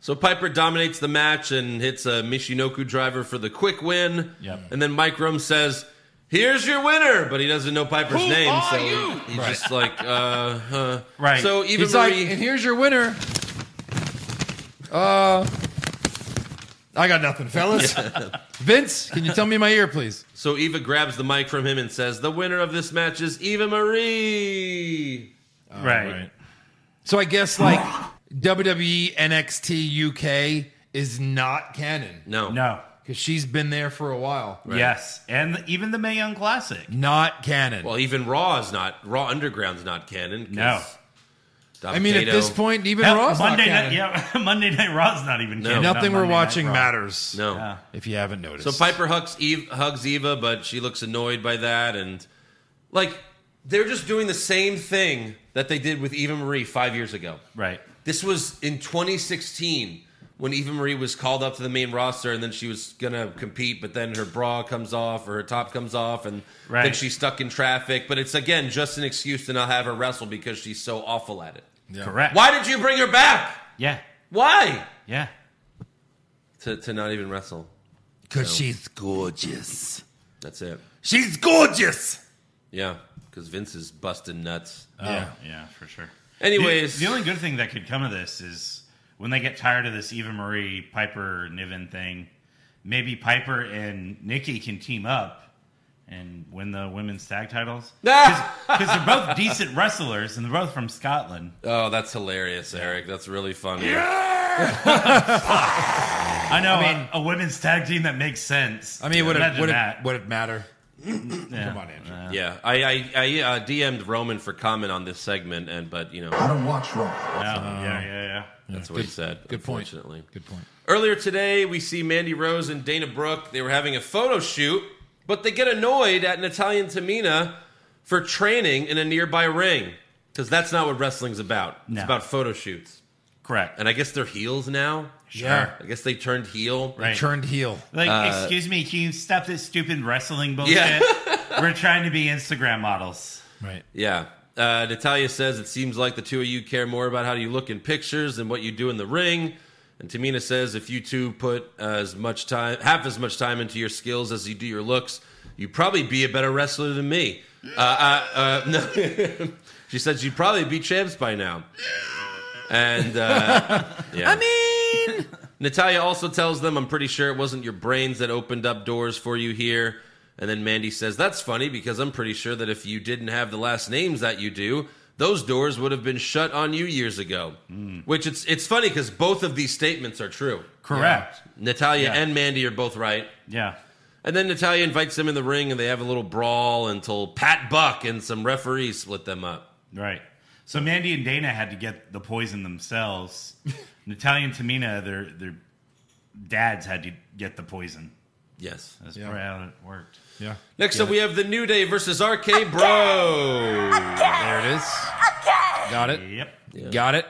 so Piper dominates the match and hits a Mishinoku driver for the quick win. Yep. And then Mike Rome says, "Here's your winner," but he doesn't know Piper's Who name, are so you? he's just like, uh, uh. Right. So even He's Marie, like, and here's your winner. Uh, I got nothing, fellas. Vince, can you tell me in my ear, please? So Eva grabs the mic from him and says, "The winner of this match is Eva Marie." Oh, right. So I guess like E, WWE NXT UK is not canon No, No. because she's been there for a while. Yes, and the, even the Mae Young Classic. Not canon. Well, even Raw is not Raw Underground's not canon. 'cause No. Dom I mean, at Kato- this point, even Hell, Raw's Monday not night. canon. Yeah, Monday Night Raw's not even. canon on Nothing we're Monday Night watching Raw. matters. no. Yeah. If you haven't noticed. So Piper hugs Eva, hugs Eva, but she looks annoyed by that, and like they're just doing the same thing that they did with Eva Marie five years ago. Right. This was in 2016 when Eva Marie was called up to the main roster, and then she was gonna compete, but then her bra comes off or her top comes off, and then Right. she's stuck in traffic. But it's again just an excuse to not have her wrestle because she's so awful at it. Correct. Why did you bring her back? Yeah. Why? Yeah. To to not even wrestle. because she's gorgeous. That's it. She's gorgeous. Yeah, because Vince is busting nuts. Yeah. Oh, yeah, for sure. Anyways, the, the only good thing that could come of this is when they get tired of this Eva Marie Piper Niven thing, maybe Piper and Nikki can team up and win the women's tag titles because they're both decent wrestlers and they're both from Scotland. oh, that's hilarious, Eric. That's really funny. I know a, a women's tag team that makes sense. I mean, would it Imagine would it, that. would it matter? Yeah. uh, Come on, Andrew. Yeah, I I, I uh, DM'd Roman for comment on this segment, and but you know I don't watch Raw. Yeah, Oh, yeah, yeah, yeah. that's what he said. good point. unfortunately. Good point. Earlier today, we see Mandy Rose and Dana Brooke. They were having a photo shoot, but they get annoyed at an Italian Tamina for training in a nearby ring because that's not what wrestling's about. It's No. about photo shoots, Correct. and I guess they're heels now. Yeah. I guess they turned heel. Right. Turned heel. Like, excuse me, can you stop this stupid wrestling bullshit? Yeah. We're trying to be Instagram models. Right. Yeah. Uh, Natalia says it seems like the two of you care more about how you look in pictures than what you do in the ring. And Tamina says if you two put as much time, half as much time into your skills as you do your looks, you'd probably be a better wrestler than me. Uh, uh, uh, no. she said you'd probably be champs by now. And uh, yeah. I mean, Natalia also tells them, I'm pretty sure it wasn't your brains that opened up doors for you here. And then Mandy says, That's funny because I'm pretty sure that if you didn't have the last names that you do, those doors would have been shut on you years ago. Hmm. Which it's it's funny because both of these statements are true. Correct. Natalia Yeah. and Mandy are both right. Yeah. And then Natalia invites them in the ring and they have a little brawl until Pat Buck and some referees split them up. Right. So Mandy and Dana had to get the poison themselves. Natalia and Tamina, their their dads had to get the poison. Yes. That's probably how it worked. Yeah. Next up, we have the New Day versus RK Bro. There it is. Got it. Yep. Got it.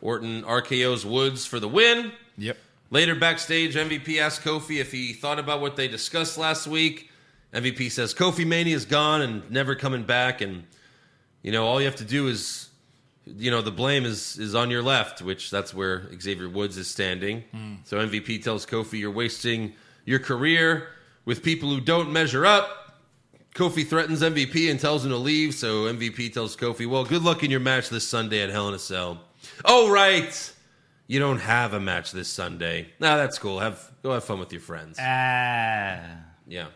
Orton RKO's Woods for the win. Yep. Later backstage, MVP asked Kofi if he thought about what they discussed last week. MVP says Kofi Mania is gone and never coming back, and you know all you have to do is, you know, the blame is is on your left, which that's where Xavier Woods is standing. So MVP tells Kofi, "You're wasting your career with people who don't measure up." Kofi threatens MVP and tells him to leave. So MVP tells Kofi, "Well, good luck in your match this Sunday at Hell in a Cell." Oh right you don't have a match this Sunday. Nah, that's cool. Have go have fun with your friends. Ah. Yeah.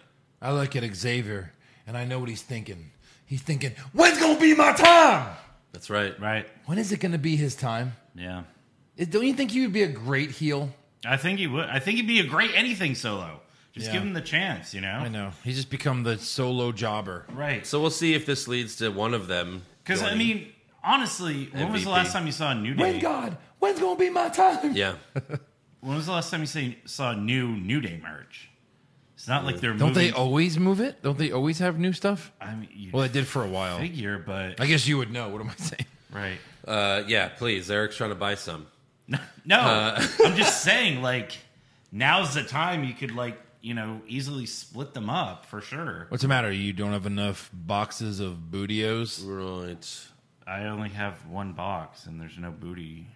I look at Xavier and I know what he's thinking. He's thinking, when's gonna be my time? That's right. Right. When is it gonna be his time? Yeah. Is- Don't you think he would be a great heel? I think he would. I think he'd be a great anything solo. Just Yeah. give him the chance, you know? I know. He's just become the solo jobber. Right. So we'll see if this leads to one of them. Because, I joining. mean, honestly, when was the MVP. last time you saw a New Day? When God, when's gonna be my time? yeah, When was the last time you say, saw new New Day merch? It's not like they're Uh, Don't moving. they always move it? Don't they always have new stuff? I mean, you Well, they did for a while. figure, but I guess you would know. What am I saying? right. uh, yeah. Please, Eric's trying to buy some. No, Uh. I'm just saying, like, now's the time you could like, you know, easily split them up for sure. What's the matter? You don't have enough boxes of bootios? Right. I only have one box, and there's no booty.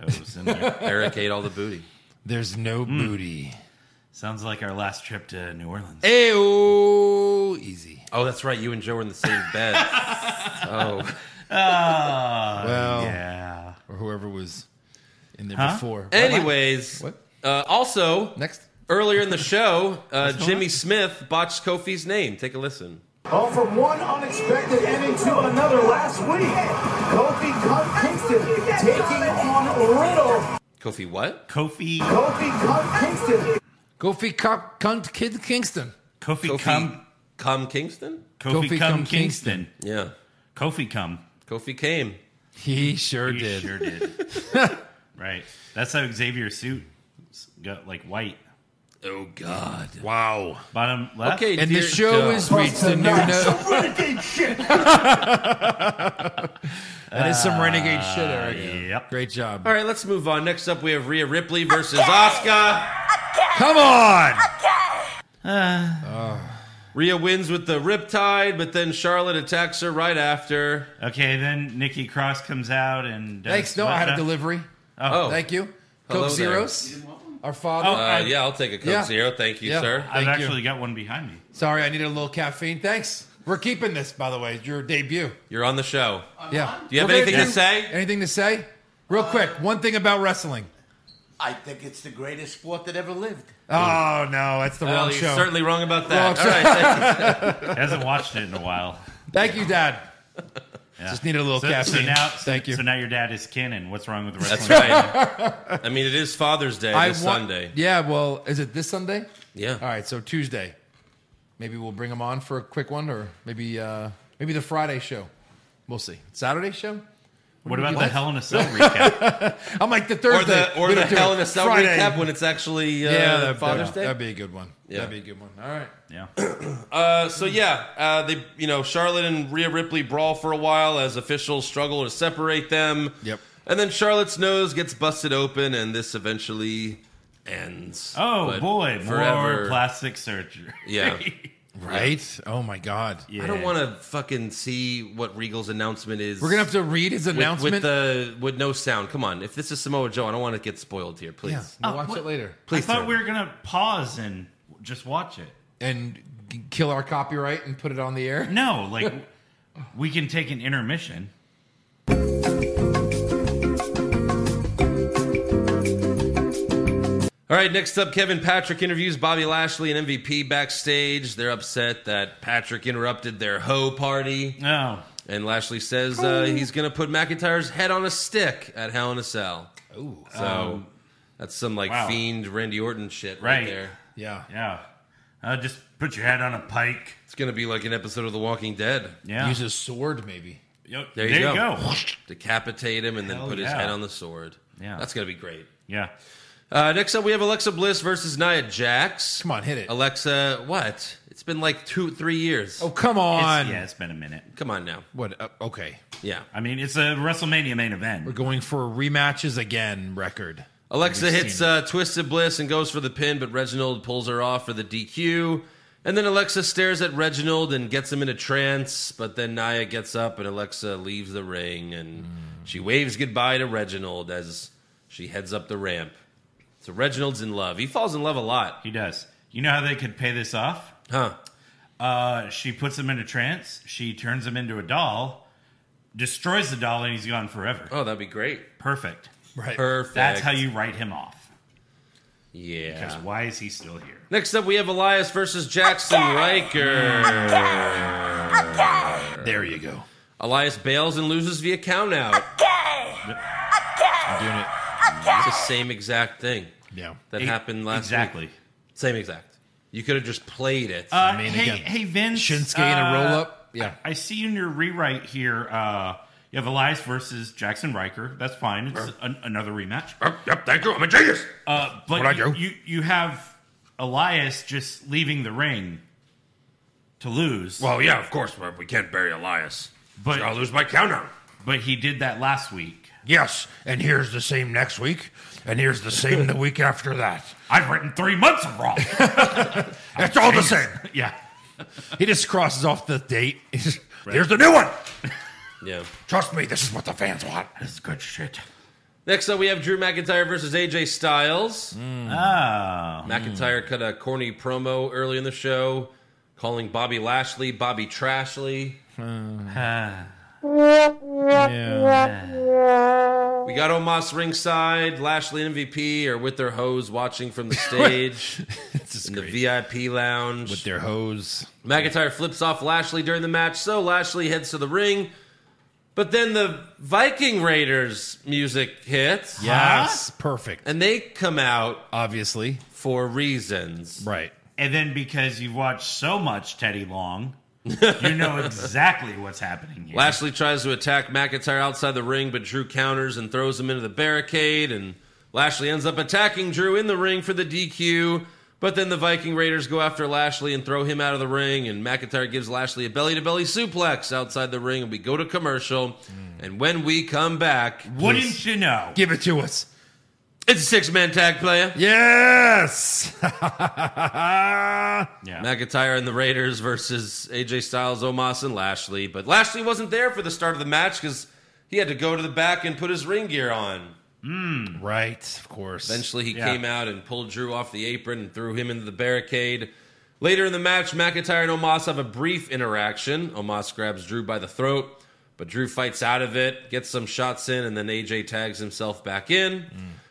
O's in there. Eric ate all the booty. There's no booty. Sounds like our last trip to New Orleans. Ayo, easy. Oh, that's right. You and Joe were in the same bed. oh, Well, Uh, Yeah, or whoever was in there Huh? before. Eh. anyways. What? Uh, also, Next. earlier in the show, uh, Jimmy Smith botched Kofi's name. Take a listen. Oh, from one unexpected ending to another last week. Kofi Cut Kingston taking on Riddle. Kofi, what? Kofi, Kofi Cut Kingston. Kofi Cop Cunt Kid Kingston. Kofi, Kofi, come, come Kingston. Kofi, Kofi come, come Kingston, Yeah, Kofi come. Kofi came. He sure He did. sure did. right. That's how Xavier's suit got like white. Oh God. Wow. Bottom left. Okay, And the dear- show has reached a new note. renegade shit. That is some renegade shit, Eric. Yep. Great job. All right, let's move on. Next up, we have Rhea Ripley versus Asuka. Come on. Rhea wins with the Riptide, but then Charlotte attacks her right after. Okay, then Nikki Cross comes out and does Thanks. No, what I had a now? delivery. Oh, Thank you. Hello Coke there. Zeros. Our father. Oh, Uh, I, yeah, I'll take a Coke Yeah. Zero. Thank you, Yeah. sir. I've thank you. actually got one behind me. Sorry, I needed a little caffeine. Thanks. We're keeping this, by the way. Your debut. You're on the show. Yeah. Do you We're have gonna anything to say? Uh, Anything to say? Real quick, one thing about wrestling. I think it's the greatest sport that ever lived. Oh no, that's the Well, wrong you're show. certainly wrong about that. Wrong All right, thank you. Hasn't watched it in a while. Thank you, Dad. Yeah. Just needed a little so, caffeine. So now, Thank you. So now your dad is canon. What's wrong with That's wrestling? right. I mean, it is Father's Day I this wa- Sunday. Yeah. Well, is it this Sunday? Yeah. All right. So Tuesday. Maybe we'll bring him on for a quick one, or maybe uh, maybe the Friday show. We'll see. Saturday show. What about the What? Hell in a Cell recap? I'm like the Or Thursday. the or We the don't do Hell it. in a Cell Friday. recap when it's actually uh, Yeah, that, Father's that, Day. That'd be a good one. Yeah. That'd be a good one. All right. Yeah. Uh, so yeah, uh, they you know Charlotte and Rhea Ripley brawl for a while as officials struggle to separate them. Yep. And then Charlotte's nose gets busted open, and this eventually ends. Oh But boy, forever. more plastic surgery. Yeah. Right. Oh my God. Yeah. I don't want to fucking see what Regal's announcement is. We're gonna have to read his with, announcement. with the with no sound. Come on, if this is Samoa Joe, I don't want to get spoiled here. Please, yeah. We'll Oh, watch what- it later I please. thought sir. we were gonna pause and just watch it. and g- kill our copyright and put it on the air. No, like we can take an intermission. All right, next up, Kevin Patrick interviews Bobby Lashley and MVP backstage. They're upset that Patrick interrupted their hoe party. No. And Lashley says uh, he's going to put McIntyre's head on a stick at Hell in a Cell. Ooh. So that's some like wow. fiend Randy Orton shit right, Right. there. Yeah. Yeah. Uh, just put your head on a pike. It's going to be like an episode of The Walking Dead. Yeah. Use a sword, maybe. Yep. There you go. Decapitate him and then Hell put his yeah. head on the sword. Yeah. That's going to be great. Yeah. Uh, next up, we have Alexa Bliss versus Nia Jax. Come on, hit it. Alexa, what? It's been like two, three years. Oh, come on. It's, yeah, it's been a minute. Come on now. What? Uh, okay. Yeah. I mean, it's a WrestleMania main We're event. going for rematches again record. Alexa We've hits seen uh, Twisted Bliss and goes for the pin, but Reginald pulls her off for the DQ. And then Alexa stares at Reginald and gets him in a trance. But then Naya gets up and Alexa leaves the ring Mm. and she waves goodbye to Reginald as she heads up the ramp. So Reginald's in love. He falls in love a lot. He does. You know how they could pay this off? Huh. Uh, she puts him in a trance. She turns him into a doll, destroys the doll, and he's gone forever. Oh, that'd be great. Perfect. Right. Perfect. That's how you write him off. Yeah. Because why is he still here? Next up, we have Elias versus Jackson Riker. There you go. Elias bails and loses via countout. I'm doing it. It's the same exact thing Yeah. that E- happened last week. exactly. Same exact. You could have just played it. Uh, mean, hey, again, hey, Vince. Shinsuke in a uh, roll up. Yeah. I see in your rewrite here, uh, you have Elias versus Jackson Riker. That's fine. It's an, another rematch. Yep, thank you. I'm a genius. Uh, but I you, do. you you have Elias just leaving the ring to lose. Well, yeah, of course. but We can't bury Elias. But- But I'll lose my countdown. but he did that last week. Yes, and here's the same next week, and here's the same the week after that. I've written three months of Raw. It's all the same. yeah. He just crosses off the date. Here's the new one. yeah. Trust me, this is what the fans want. That's good shit. Next up, we have Drew McIntyre versus AJ Styles. Mm. Oh. McIntyre cut a corny promo early in the show, calling Bobby Lashley Bobby Trashley. We got Omos ringside. Lashley and MVP are with their hoes watching from the stage It's just in the great. VIP lounge. With their hose. McIntyre flips off Lashley during the match, so Lashley heads to the ring. But then the Viking Raiders music hits, Yes. Perfect. and they come out Obviously. for reasons. Right. And then because you've watched so much Teddy Long, you know exactly what's happening here. Lashley tries to attack McIntyre outside the ring, but Drew counters and throws him into the barricade, and Lashley ends up attacking Drew in the ring for the DQ. But then the Viking Raiders go after Lashley and throw him out of the ring, and McIntyre gives Lashley a belly to belly suplex outside the ring, and we go to commercial. And when we come back, Wouldn't you know? Give it to us. It's a six man tag player. Yes. Yeah. McIntyre and the Raiders versus AJ Styles, Omos, and Lashley. But Lashley wasn't there for the start of the match because he had to go to the back and put his ring gear on. right. Of course. Eventually, he Yeah. came out and pulled Drew off the apron and threw him into the barricade. Later in the match, McIntyre and Omos have a brief interaction. Omos grabs Drew by the throat, but Drew fights out of it, gets some shots in, and then AJ tags himself back in.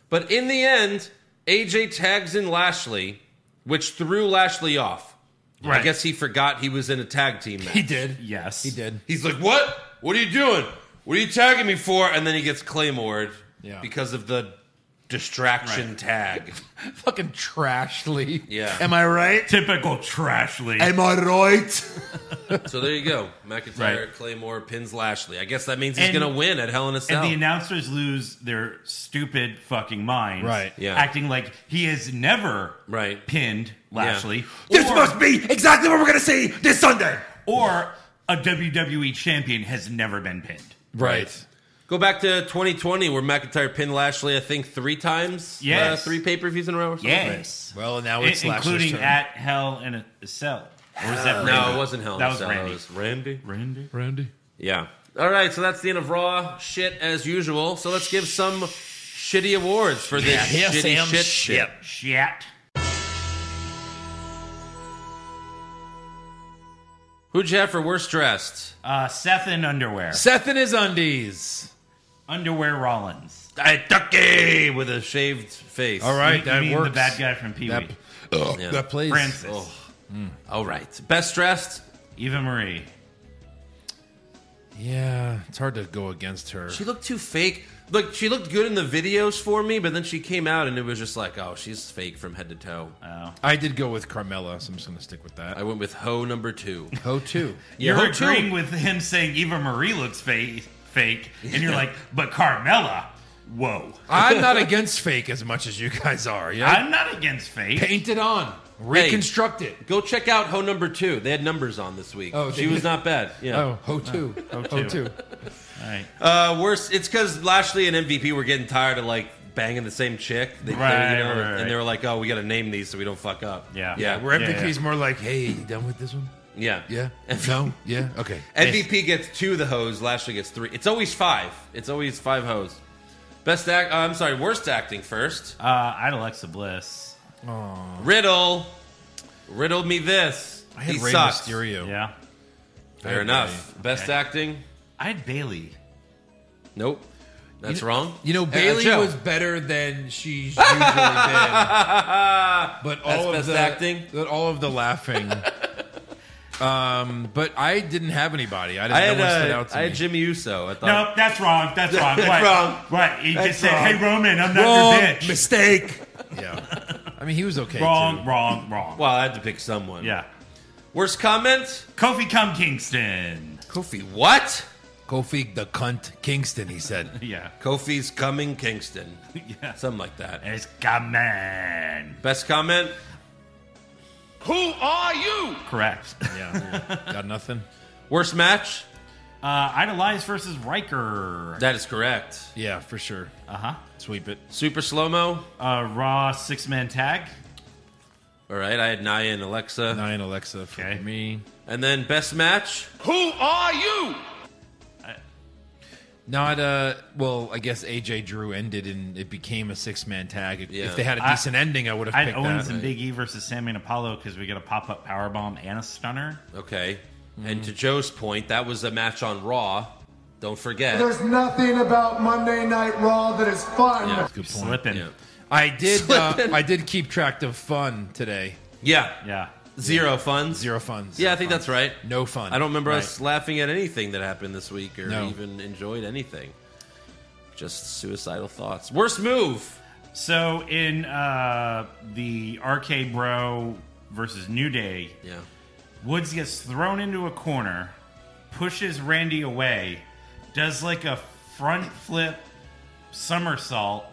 But in the end, AJ tags in Lashley, which threw Lashley off. I Right. guess he forgot he was in a tag team match. he did. Yes. He did. He's like, "What? What are you doing? What are you tagging me for?" And then he gets claymored Yeah. because of the distraction tag. Fucking trashly. Yeah. Am I right? Typical trashly. Am I right? So there you go. McIntyre, Right. Claymore pins Lashley. I guess that means he's And- going to win at Hell in a Cell. And the announcers lose their stupid fucking minds. Right. Yeah. Acting like he has never Right. pinned Lashley. This or, must be exactly what we're going to see this Sunday. or a WWE champion has never been pinned. Right. go back to 2020 where McIntyre pinned Lashley, I think, three times. Yes. Uh, three pay per views in a row or something. Yes. Well, now I- it's Lashley's including turn. at Hell in a Cell. Or was that No, Randy? it wasn't Hell in That a was Cell. Randy. It was Randy. Randy. Randy. Yeah. All right. So that's the end of Raw. Shit as usual. So let's give some shitty awards for this shitty shit. shit. Shit. Who'd you have for worst dressed? Uh, Seth in underwear. Seth in his undies. Underwear Rollins. I Ducky with a shaved face. All right, You that mean works. the bad guy from Pee Wee. That- Yeah. That plays. Francis. Oh. All right. Best dressed. Eva Marie. Yeah, it's hard to go against her. She looked too fake. Look, she looked good in the videos for me, but then she came out and it was just like, oh, she's fake from head to toe. I did go with Carmella, so I'm just going to stick with that. I went with hoe number two. Ho too. Yeah, you're hoe two. agreeing with him saying Eva Marie looks fake, fake, and you're like, but Carmella, Whoa. I'm not against fake as much as you guys are. Yeah, I'm not against fake. paint it on, reconstruct it. Go check out Ho number two. They had numbers on this week. Oh, she they was did. not bad. Yeah. Oh, ho two, ho two. All right. Uh, worse, it's because Lashley and MVP were getting tired of like banging the same chick. They, they- Right, you know, right, right. And they were like, oh, we got to name these so we don't fuck up. Yeah. Yeah. Where Yeah, MVP's more like, hey, you done with this one? yeah. Yeah, no, yeah, okay. MVP gets two of the hoes. Lashley gets three. It's always five. It's always five hoes. Best act. Uh, I'm sorry. Worst acting first. Uh, I had Alexa Bliss. Riddle. Riddle me this. I had he Rey sucks. Mysterio. Yeah. Fair enough. Best Okay. acting. I had Bailey. Nope. That's wrong. You know, Bailey Joe. was better than she's usually been. But That's all of best the acting. but all of the laughing. um, but I didn't have anybody. I didn't. I no had, one stood uh, out to I me. had Jimmy Uso. I thought. Nope, that's wrong. That's wrong. That's what? wrong. What? He That's just said, wrong. "Hey Roman, I'm not your bitch." mistake. yeah. I mean, he was okay. Wrong, Too. wrong, wrong. Well, I had to pick someone. yeah. Worst comment? Kofi Cum Kingston. Kofi what? Kofi the cunt Kingston. He said. Yeah. Kofi's coming Kingston. Yeah. Something like that. It's coming. Best comment? Correct. Uh, Yeah. Got nothing. Worst match? I had Elias Uh, versus Riker. That is correct. Yeah, for sure. Uh-huh. Sweep it. Super slow mo? Uh Raw six man tag. All right, I had Naya and Alexa. Nine Alexa for Okay. me. And then best match? Not uh well, I guess AJ Drew ended and it became a six man tag. If, Yeah. if they had a I- decent ending, I would have I picked had Owens that. and Big E versus Sammy and Apollo because we got a pop up power bomb and a stunner. Okay. And to Joe's point, that was a match on Raw. Don't forget. There's nothing about Monday Night Raw that is fun. Yeah. Good point. Slipping. Yeah. I did. Uh, I did keep track of fun today. Yeah. Yeah. Zero funds. Zero funds. Yeah, I think that's right. No fun. I don't remember Right. us laughing at anything that happened this week or No. even enjoyed anything. Just suicidal thoughts. Worst move. So in uh the RK Bro versus New Day, Yeah. Woods gets thrown into a corner, pushes Randy away, does like a front flip somersault,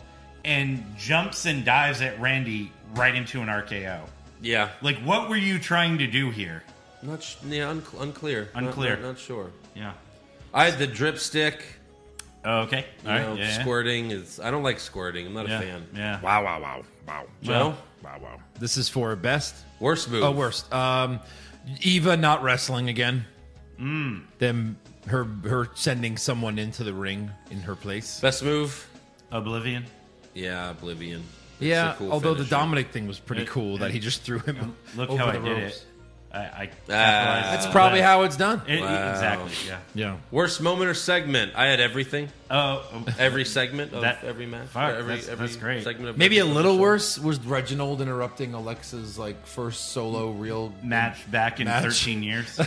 and jumps and dives at Randy right into an RKO. Yeah. Like, what were you trying to do here? Not sh- yeah, un- unclear. Not- Unclear. Not, not sure. Yeah. I had the drip stick. Oh, Okay. You All right. know, yeah, yeah. squirting is. I don't like squirting. I'm not Yeah. a fan. Yeah. Wow! Wow! Wow! Wow! Joe? Wow! Wow! uh, This is for best. Worst move. Oh, worst. Um, Eva not wrestling again. Mm. Them her her sending someone into the ring in her place. Best move. Oblivion. Yeah, Oblivion. It's yeah. a cool although the finisher. Dominic thing was pretty It- cool that it- he just threw him. Look over how I the did ropes. it. I, I capitalized That's on Probably that. how it's done. It- Wow. Exactly. Yeah. yeah. Worst moment or segment. I had everything. Oh, oh, Every segment of That- every match. fuck, or every, that's- every that's great. Segment of Maybe a every little episode. worse was Reginald interrupting Alexa's like first solo real match back in Match. 13 years.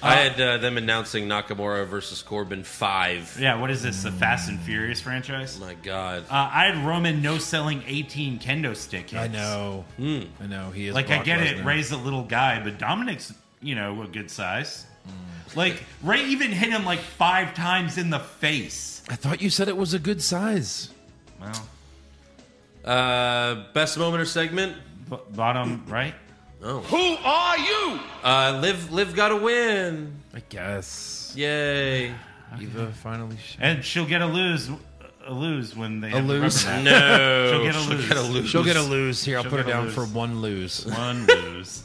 I had uh, them announcing Nakamura versus Corbin five. yeah. What is this? The Fast and Furious franchise? My God. Uh, I had Roman no selling 18 kendo stick hits. I know. I know. He is Like, I Brock get it, Lesnar. Ray's a little guy, but Dominic's, you know, a good size. Like, Ray even hit him like five times in the face. I thought you said it was a good size. Well, Uh, best moment or segment? b- bottom right? No. Who are you? Uh, Liv. Liv got a win. I guess. Yay. Eva finally. Sh- And she'll get a lose. A lose when they a lose? No. She'll get a lose. She'll get a lose here. I'll She'll put her get a down lose. for one lose. One lose.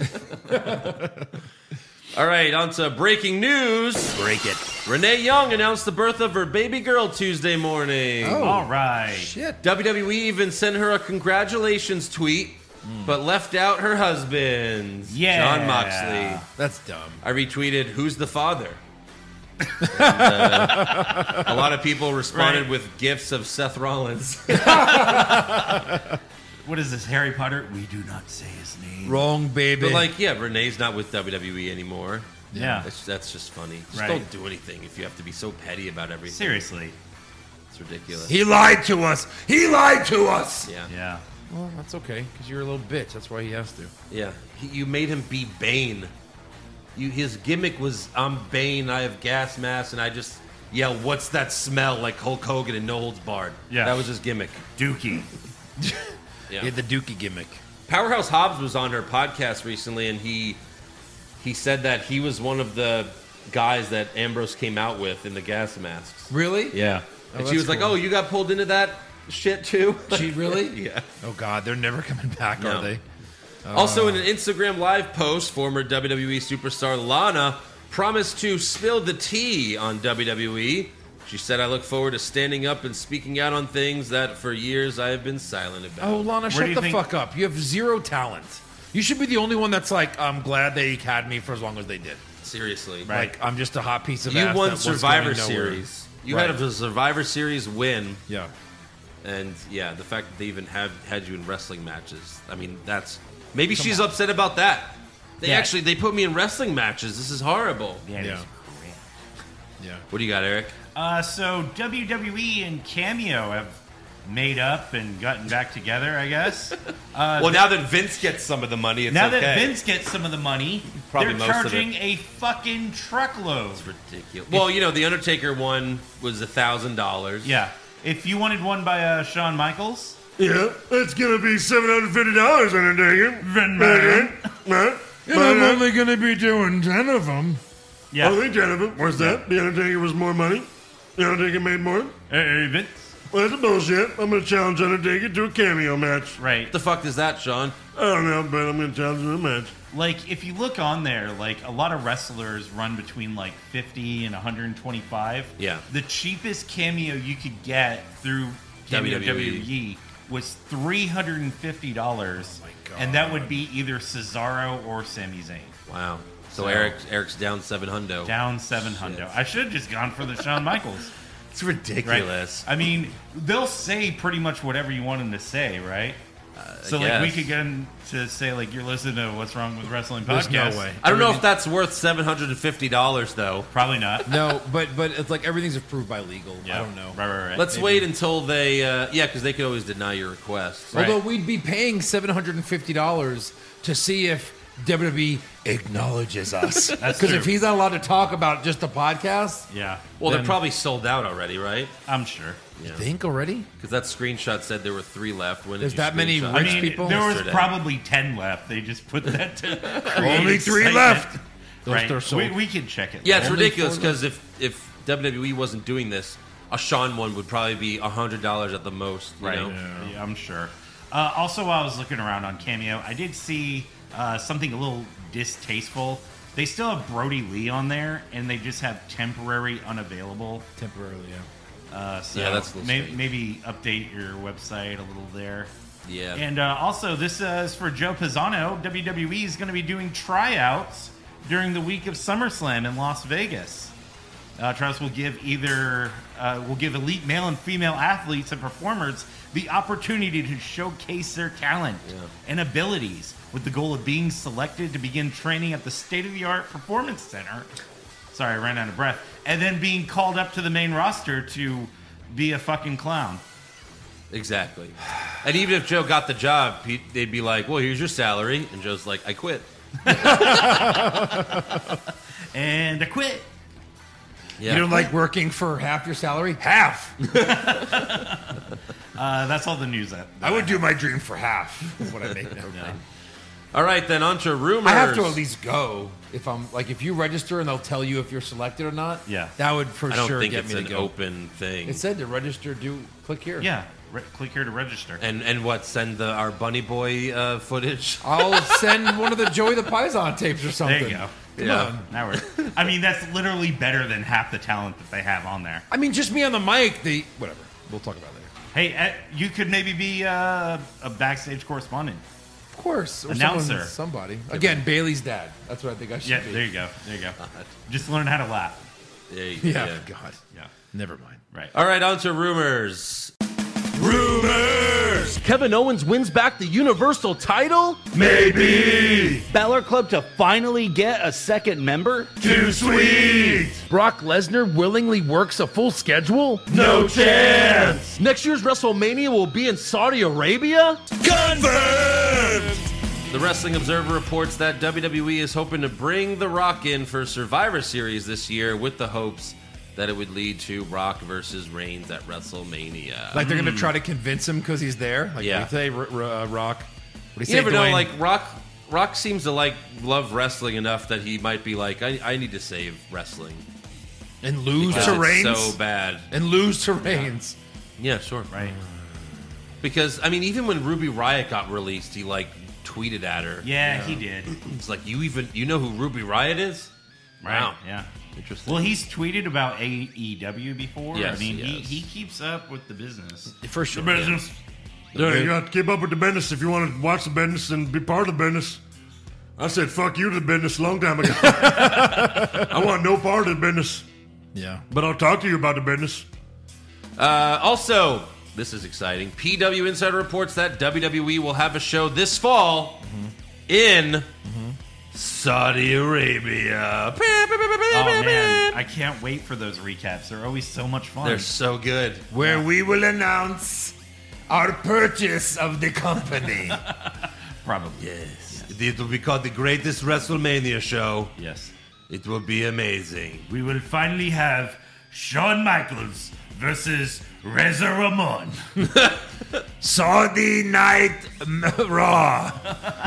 All right, on to breaking news. Break it. Renee Young announced the birth of her baby girl Tuesday morning. Oh. All right. Shit. WWE E even sent her a congratulations tweet, but left out her husband, Hmm. Yeah. John Moxley. That's dumb. I retweeted, "Who's the father?" and, uh, a lot of people responded Right. with gifts of Seth Rollins. What is this, Harry Potter? We do not say his name. Wrong, baby. but like, yeah, Renee's not with WWE anymore. Yeah. That's, that's just funny. Just Right. don't do anything if you have to be so petty about everything. Seriously. It's ridiculous. He lied to us. He lied to us. yeah, yeah. Yeah. well, that's okay because you're a little bitch. That's why he has to. He, you made him be Bane. You, his gimmick was, "I'm Bane. I have gas masks, and I just yell, "What's that smell?" like Hulk Hogan and No Holds Barred. Yeah. that was his gimmick. Dookie. Yeah. He had the Dookie gimmick. Powerhouse Hobbs was on her podcast recently, and he he said that he was one of the guys that Ambrose came out with in the gas masks. Really? Yeah, and that's she was like, cool. "Oh, you got pulled into that shit too." She really? yeah. Oh God, they're never coming back, No. are they? Uh. Also, in an Instagram live post, former WWE superstar Lana promised to spill the tea on WWE. She said, I look forward to standing up and speaking out on things that for years I have been silent about. Oh, Lana, do shut you the think- fuck up. You have zero talent. You should be the only one that's like, I'm glad they had me for as long as they did. Seriously. Right. Like, I'm just a hot piece of You ass. won that was Survivor going nowhere. Series. You Right. had a Survivor Series win, Yeah. and yeah, the fact that they even have had you in wrestling matches. I mean, that's maybe she's upset about that. They Yeah. actually they put me in wrestling matches. This is horrible. Yeah. Yeah. yeah. Yeah. What do you got, Eric? Uh, so WWE and Cameo have made up and gotten back together, I guess. well, now that Vince gets some of the money, it's Uh, now okay. that Vince gets some of the money, Probably they're most of it. charging a fucking truckload. ridiculous. Well, you know, the Undertaker one was a thousand dollars. Yeah. If you wanted one by uh, Shawn Michaels, Yeah, Uh, it's gonna be seven hundred fifty dollars on a day. Vin Mayer. And I'm only gonna be doing ten of them. yeah. Only ten of them. What's that? The Undertaker was more money. The Undertaker made more. Hey, Vince. Well, that's bullshit. I'm gonna challenge Undertaker to a cameo match. Right. What the fuck is that, Sean? I don't know, but I'm gonna challenge him to a match. like if you look on there like a lot of wrestlers run between like 50 and 125 Yeah. the cheapest cameo you could get through cameo WWE. E. WWE was $350 and that would be either Cesaro or Sami Zayn Wow. So, Eric Eric's down seven hundo. down 700 I should have just gone for the Shawn Michaels It's right ridiculous. I mean they'll say pretty much whatever you want them to say right Uh, so like we guess. could get them to say like you're listening to what's wrong with wrestling There's podcast no way. I don't know if that's worth seven hundred and fifty dollars though. probably not No, but but it's like everything's approved by legal. Yeah. I don't know. Right, right, right. Let's wait until they, uh, yeah, because they could always deny your request. Although we'd be paying seven hundred and fifty dollars to see if WWE acknowledges us. That's Because if true. he's not allowed to talk about just a podcast, yeah. Well, they're Then- probably sold out already, right? I'm sure. think already Because that screenshot said there were three left. When did There's you that many screenshot? I rich mean, people- there was Yesterday. probably ten left. They just put that to create Only three excitement. left. Those right. are sold. We, we can check it. yeah, it's later. ridiculous. Because if if WWE wasn't doing this, a Sean one would probably be hundred dollars at the most. You Right. Know? Yeah. I'm sure. Uh, also, while I was looking around on Cameo, I did see uh, something a little distasteful. They still have Brody Lee on there, and they just have temporary unavailable. temporarily. Yeah. Uh, so Yeah, that's a little may- strange. maybe update your website a little there. Yeah. And uh, also, this uh, is for Joe Pisano. WWE is going to be doing tryouts during the week of SummerSlam in Las Vegas. Uh, tryouts will give either uh, will give elite male and female athletes and performers the opportunity to showcase their talent and abilities, with the goal of being selected to begin training at the state-of-the-art performance center. Sorry, I ran out of breath. And then being called up to the main roster to be a fucking clown. Exactly. And even if Joe got the job, he, they'd be like, "Well, here's your salary," and Joe's like, "I quit." And I quit. Yeah. You don't like working for half your salary? Half. Uh, that's all the news that, that I would do my dream for half of what I make now. All right, then on to rumors. I have to at least go if I'm like if you register and they'll tell you if you're selected or not. Yeah. That would for I don't sure think get it's me an to go. open thing. It said to register. Do click here. Yeah, re- click here to register. and and what? Send the our bunny boy uh, footage. I'll send one of the Joey the Pison tapes or something. there you go. yeah. Now we're. I mean, that's literally better than half the talent that they have on there. I mean, just me on the mic. The whatever. We'll talk about it later. Hey, eh, you could maybe be uh, a backstage correspondent. Of course. Or Announcer. someone- somebody. Again, Bailey's dad. That's what I think I should Yeah, be. there you go. There you go. Just learn how to laugh. There you- yeah. yeah. God. Yeah. Never mind. Right. All right, on to rumors. Rumors, Kevin Owens wins back the Universal title? maybe Balor Club to finally get a second member? too sweet. Brock Lesnar willingly works a full schedule? No chance. Next year's WrestleMania will be in Saudi Arabia? Confirmed. The Wrestling Observer reports that E WWE is hoping to bring The Rock in for Survivor Series this year with the hopes that it would lead to Rock versus Reigns at WrestleMania. Like they're gonna try to convince him because he's there. Like Yeah. yeah. say, R- R- uh, Rock. What do you say, never know. Dwayne? Like Rock, Rock seems to like love wrestling enough that he might be like, I, I need to save wrestling. and lose because to it's Reigns so bad. and lose to Reigns. Yeah, sure. Right. Because I mean, even when Ruby Riot got released, he like tweeted at her. Yeah, he did. It's like you even you know who Ruby Riot is? Right. Wow. Yeah. Interesting. Well, he's tweeted about AEW before. Yes, I mean, he he, has. he keeps up with the business. For sure. business. Yeah, you got to keep up with the business if you want to watch the business and be part of the business. I said, fuck you to the business a long time ago. I want no part of the business, Yeah. but I'll talk to you about the business. Uh, also, this is exciting. PW Insider reports that WWE will have a show this fall in Saudi Arabia. Oh man, I can't wait for those recaps. They're always so much fun. They're so good. Where we will announce our purchase of the company. Probably. It will be called the greatest WrestleMania show. Yes. It will be amazing. We will finally have Shawn Michaels versus Reza Ramon. Saudi Night Raw.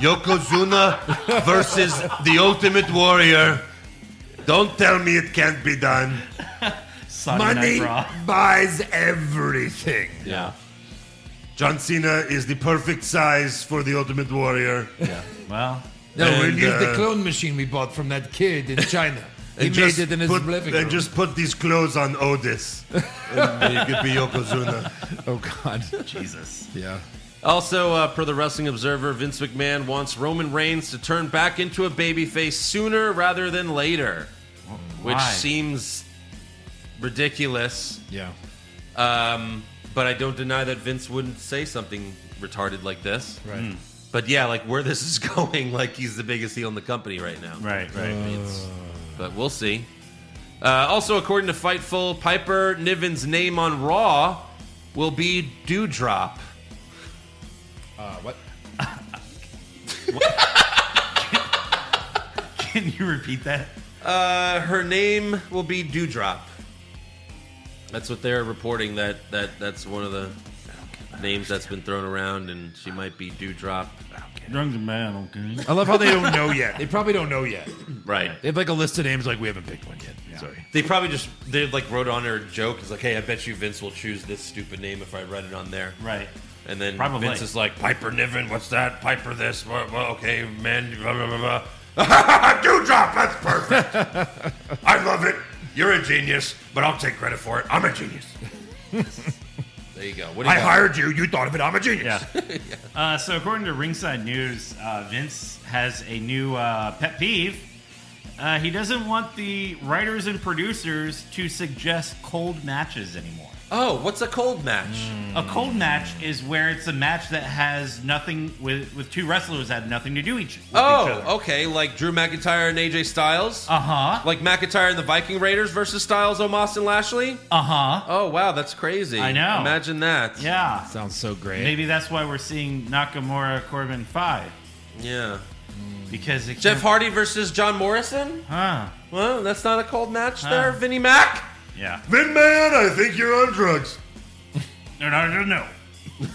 Yokozuna versus the Ultimate Warrior. Don't tell me it can't be done. Sunday Night Raw. buys everything. Yeah. John Cena is the perfect size for the Ultimate Warrior. Well, No, we'll And, use the uh, clone machine we bought from that kid in China. he And made just it in his put, living and room. just put these clothes on Otis. and you could be Yokozuna. oh God. Jesus. Yeah. Also, uh, per the Wrestling Observer, Vince McMahon wants Roman Reigns to turn back into a babyface sooner rather than later, which Why? seems ridiculous. Yeah. Um, but I don't deny that Vince wouldn't say something retarded like this. Right. But yeah, like where this is going, like he's the biggest heel in the company right now. Right, right. It's- but we'll see. Uh, also, according to Fightful, Piper Niven's name on Raw will be Dewdrop. Uh, what? Can you repeat that? Uh, her name will be Dewdrop. That's what they're reporting. That that that's one of the names that's been thrown around, and she might be Dewdrop. Drunk and man, okay. I love how they don't know yet. They probably don't know yet. Right. They have like a list of names, like we haven't picked one yet. Sorry. They probably just they like wrote on her a joke. It's like, hey, I bet you Vince will choose this stupid name if I read it on there. Right. And then Probably. Vince is like, Piper Niven, what's that? Piper this? Well, well, okay, man. Blah, blah, blah, blah. Dewdrop, that's perfect. I love it. You're a genius, but I'll take credit for it. I'm a genius. There you go. What do you I got? hired you. You thought of it. I'm a genius. Yeah. Uh, so, according to Ringside News, uh, Vince has a new uh, pet peeve. Uh, he doesn't want the writers and producers to suggest cold matches anymore. Oh, what's a cold match? A cold match is where it's a match that has nothing with with two wrestlers that have nothing to do each. With each other. Oh, okay, like Drew McIntyre and AJ Styles. Uh huh. Like McIntyre and the Viking Raiders versus Styles, Omos, and Lashley? Uh huh. Oh, wow, that's crazy. I know. Imagine that. Yeah. Sounds so great. Maybe that's why we're seeing Nakamura Corbin five Yeah. because it Ah, Jeff can't- Hardy versus John Morrison? Huh. Well, that's not a cold match there, Vinnie Mac. Yeah. Vin Man, I think you're on drugs. No, no, no, Uh, no.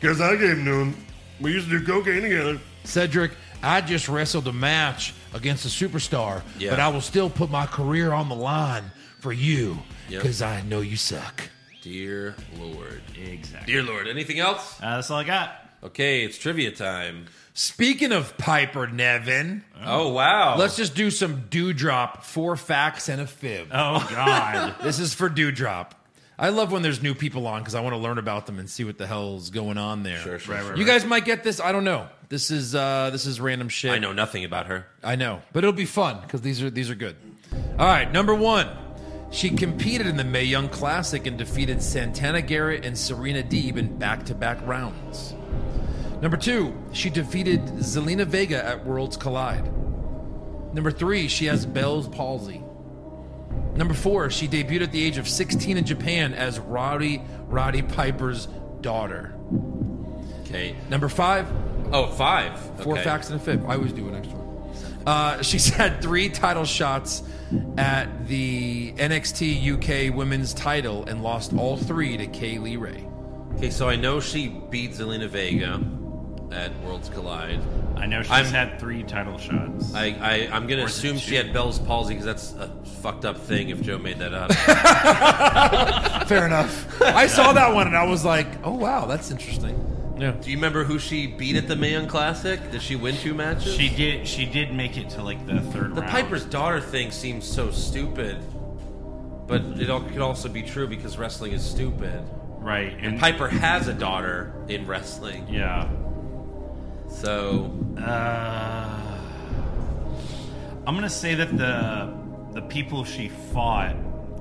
Because I gave him to him. We used to do cocaine together. Cedric, I just wrestled a match against a superstar, Yeah. but I will still put my career on the line for you Yep. because I know you suck. Dear Lord. Exactly. Dear Lord. Anything else? Uh, that's all I got. Okay, it's trivia time. Speaking of Piper Nevin, Oh, wow. let's just do some dewdrop, four facts and a fib. Oh God. This is for Dewdrop. I love when there's new people on because I want to learn about them and see what the hell's going on there. Sure, sure, sure. You guys might get this. I don't know. This is uh, this is random shit. I know nothing about her. I know, but it'll be fun because these are these are good. All right, number one, she competed in the May Young Classic and defeated Santana Garrett and Serena Deeb in back-to-back rounds. Number two, she defeated Zelina Vega at Worlds Collide. Number three, she has Bell's palsy. Number four, she debuted at the age of 16 in Japan as Roddy Roddy Piper's daughter. Okay. Number five, Oh, five. Four Okay. facts and a fib. I always do an extra one. Uh, she's had three title shots at the NXT UK Women's Title and lost all three to Kaylee Ray. Okay, so I know she beat Zelina Vega at Worlds Collide. I know she's I'm- had three title shots. I, I I'm gonna Or is it assume she two? had Bell's palsy because that's a fucked up thing. If Joe made that up, Fair enough. I saw that one and I was like, oh wow, that's interesting. do you remember who she beat at the Mayon Classic? Did she win two matches? She did. She did make it to like the third the round. Piper's daughter thing seems so stupid, but it all, could also be true because wrestling is stupid. right, and, Piper has a daughter in wrestling, Yeah. so Uh, I'm gonna say that the the people she fought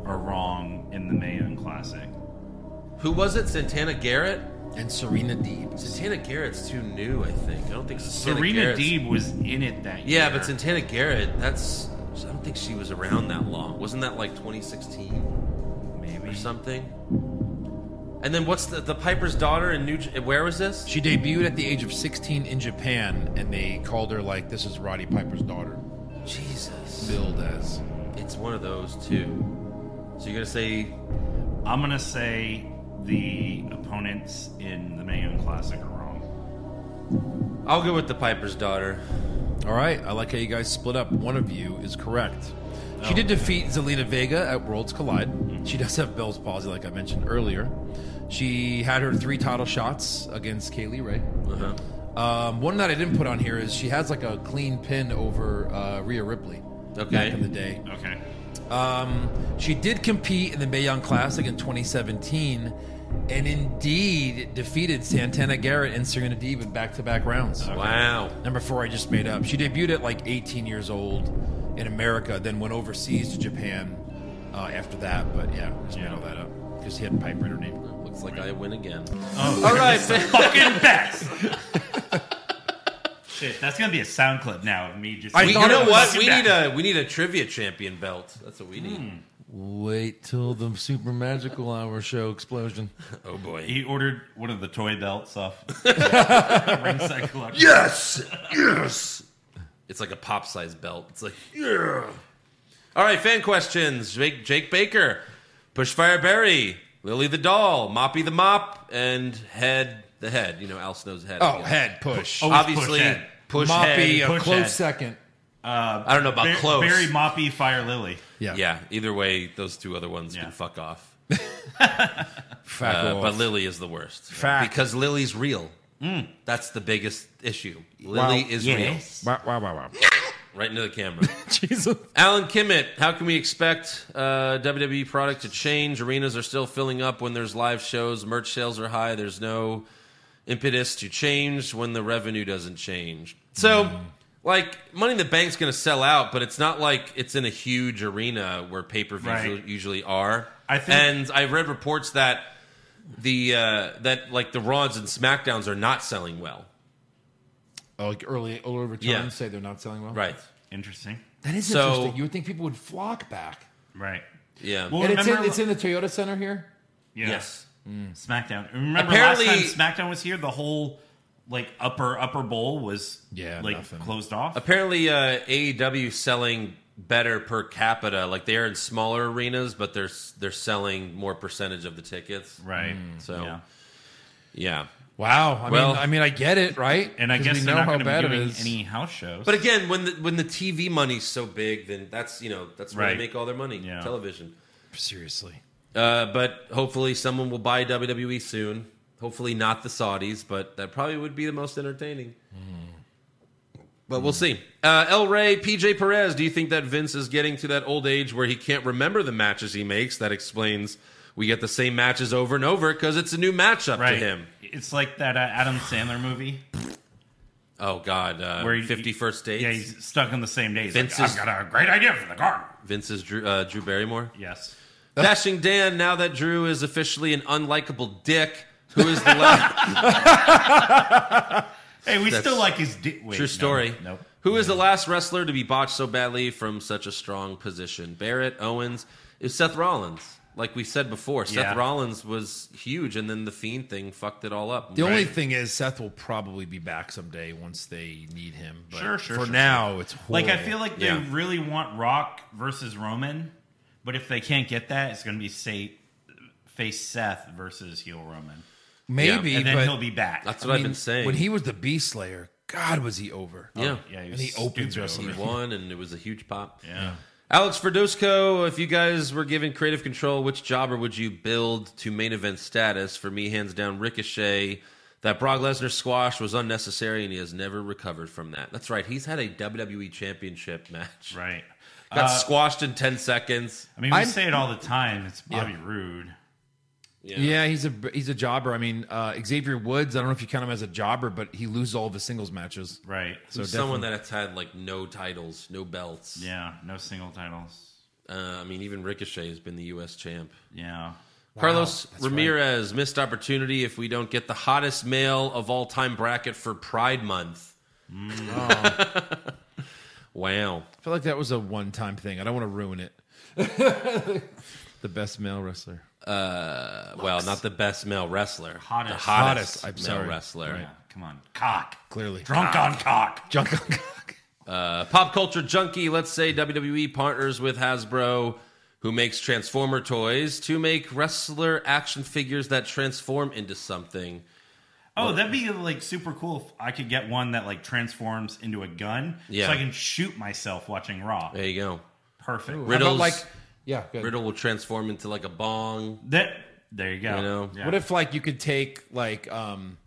are wrong in the Mayan Classic. who was it? Santana Garrett. And Serena Deeb. Santana Garrett's too new, I think. I don't think Santana Serena Garrett's- Deeb was in it that year. Yeah, but Santana Garrett, that's. I don't think she was around that long. Wasn't that like 2016 maybe or something? And then what's the the Piper's daughter in New? J- Where was this? She debuted at the age of 16 in Japan and they called her like, this is Roddy Piper's daughter. Jesus, Billed as. it's one of those two. So you're gonna say I'm gonna say the opponents in the Mayan Classic are wrong. I'll go with the Piper's daughter. All right, I like how you guys split up. One of you is correct. She did defeat Zelina Vega at Worlds Collide. She does have Bell's palsy, like I mentioned earlier. She had her three title shots against Kaylee Ray. Uh-huh. Um, one that I didn't put on here is she has like a clean pin over uh, Rhea Ripley back Okay. in the day. Okay. Um, she did compete in the Mayon Classic in 2017 and indeed defeated Santana Garrett and Serena Deeb in back to back rounds. Wow. Number four, I just made up. She debuted at like 18 years old in America, then went overseas to Japan uh, after that. But yeah, just made all that up because she had Piper in her name. Looks like I win again. Oh, All right, fucking best. Shit, that's gonna be a sound clip now of me just. we, you know what? We need a we need a trivia champion belt. That's what we need. Wait till the Super Magical Hour show explosion. Oh boy. He ordered one of the toy belts off ringside collection. Yes! Yes! It's like a pop size belt. It's like Yeah! All right, fan questions. Jake, Jake Baker, Pushfire Berry, Lily the Doll, Moppy the Mop, and Head the Head. You know, Al Snow's head. Oh, head push. Oh, Obviously, Push Head. push, Moppy, uh, head. a push close head. second. I don't know about Bar- close. Barry Moppy, Fire Lily. Yeah. yeah, either way, those two other ones Yeah. can fuck off. Fact Uh, off. but Lily is the worst. Fact. Mm. Because Lily's real. That's the biggest issue. Lily is Wow, wow, wow, wow. real. Right into the camera. Jesus. Alan Kimmett, how can we expect uh, WWE product to change? Arenas are still filling up when there's live shows. Merch sales are high. There's no impetus to change when the revenue doesn't change. So, Hmm. like, Money in the Bank's going to sell out, but it's not like it's in a huge arena where pay per views Right. usually are. I think- and I read reports that the uh, that like the Raws and SmackDowns are not selling well. Oh, like early, early returns Yeah. say they're not selling well. Right. Interesting. That is So- interesting. You would think people would flock back. Right. Yeah. Well, And it's in, remember- it's in the Toyota Center here. Yeah. yes. SmackDown. Remember Apparently- last time SmackDown was here, the whole like upper upper bowl was Yeah, like nothing. closed off. Apparently, uh, AEW selling better per capita. Like they are in smaller arenas, but they're they're selling more percentage of the tickets. Right. Hmm. So Yeah. yeah, Wow. I Well- mean, I mean, I get it, right? And I 'Cause guess we they're know not how going to bad be it doing is. any house shows. But again, when the when the TV money's so big, then that's you know that's where Right. they make all their money. Yeah. Television. seriously. Uh, but hopefully, someone will buy WWE soon. Hopefully, not the Saudis, but that probably would be the most entertaining. But we'll see. Uh, El Rey, PJ Perez, do you think that Vince is getting to that old age where he can't remember the matches he makes? That explains we get the same matches over and over because it's a new matchup right. to him. It's like that uh, Adam Sandler movie Oh, God. Uh, where he- 51st Dates. Yeah, he's stuck on the same day. He's Vince like, is- I've got a great idea for the garden. Vince's Drew, uh, Drew Barrymore. Yes. Dashing Dan, now that Drew is officially an unlikable dick, who is the last. Hey, we That's- still like his. Di- Wait, True story. No. nope. Who is the last wrestler to be botched so badly from such a strong position? Barrett, Owens, is Seth Rollins. like we said before, Yeah. Seth Rollins was huge, and then the Fiend thing fucked it all up. The only Right. thing is, Seth will probably be back someday once they need him. But sure, sure. For sure. now, it's like I horrible. feel like they Yeah. really want Rock versus Roman, but if they can't get that, it's going to be say face Seth versus heel Roman, maybe, and then but he'll be back. that's I what I have mean, been saying. When he was the Beast Slayer, God was he over. yeah, yeah, and he opens stupid WrestleMania. over. he won, and it was a huge pop. Yeah. Alex Verduzco, if you guys were given creative control, which jobber would you build to main event status? For me, hands down, Ricochet. That Brock Lesnar squash was unnecessary, and he has never recovered from that. That's right. He's had a WWE Championship match. right. Uh, Got squashed in 10 seconds. I mean, we say it all the time. It's Bobby Roode. Yeah, he's a he's a jobber. I mean, uh, Xavier Woods. I don't know if you count him as a jobber, but he loses all of his singles matches. Right. So Someone that has had like no titles, no belts. Oh, Yeah. No single titles. Uh, I mean, even Ricochet has been the U.S. champ. Yeah. Carlos Ramirez missed opportunity if we don't get the hottest male of all time bracket for Pride Month. Mm. Oh. wow. I feel like that was a one time thing. I don't want to ruin it. the best male wrestler. Uh, well, not the best male wrestler. Hottest. The hottest, Hottest, I'm male sorry. wrestler. Yeah. Come on. Cock. Clearly. Drunk on cock. John Concock. A pop culture junkie, let's say WWE partners with Hasbro, who makes Transformer toys, to make wrestler action figures that transform into something. Oh, that'd be like super cool if I could get one that like transforms into a gun Yeah. so I can shoot myself watching Raw. There you go. Perfect. How about Riddle's, like, yeah, good. Riddle will transform into like a bong. That there you go. You know? Yeah. What if like you could take like um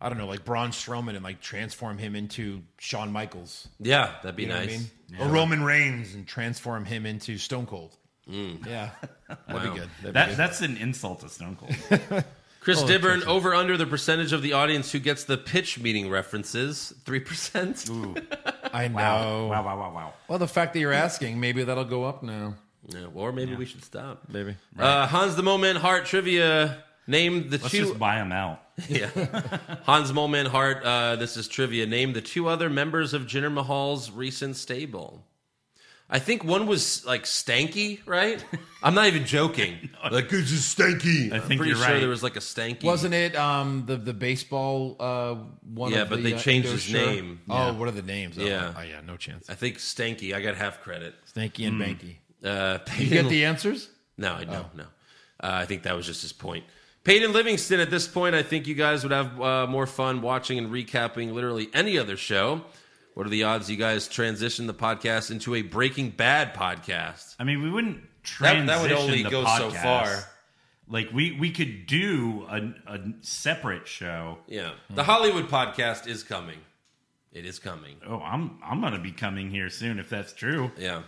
I don't know like Braun Strowman and like transform him into Shawn Michaels, Yeah, that'd be you know nice. what I mean? Or Roman Reigns and transform him into Stone Cold. Mm. Yeah, that'd Wow. be good. That'd be that good. that's an insult to Stone Cold. Oh, Chris Dibburn, over under the percentage of the audience who gets the pitch meeting references, 3%. I know. wow, wow, wow, wow. Well, the fact that you're asking, maybe that'll go up now. Yeah, or maybe we should stop. Maybe. Uh, Hans the Moment Hart trivia. Name the Let's two. just buy them out. Hans Moment Hart, uh, this is trivia. Name the two other members of Jinder Mahal's recent stable. I think one was like Stanky, right? I'm not even joking. like, It's just stanky. I I'm think pretty you're sure right. there was like a Stanky. Wasn't it um the the baseball uh one? Yeah, of but the, they uh, changed Endo's his shirt? name. Oh, what are the names? Oh, Yeah. oh yeah, no chance. I think Stanky. I got half credit. Stanky Hmm. and Banky. Uh, You get the answers? No, Oh. I no, no. Uh, I think that was just his point. Peyton Livingston, at this point, I think you guys would have uh, more fun watching and recapping literally any other show. What are the odds you guys transition the podcast into a Breaking Bad podcast? I mean, we wouldn't transition That, that would only the go podcast. so far. Like we we could do a, a separate show. Yeah. Hmm. The Hollywood podcast is coming. It is coming. Oh, I'm I'm gonna be coming here soon if that's true. Yeah.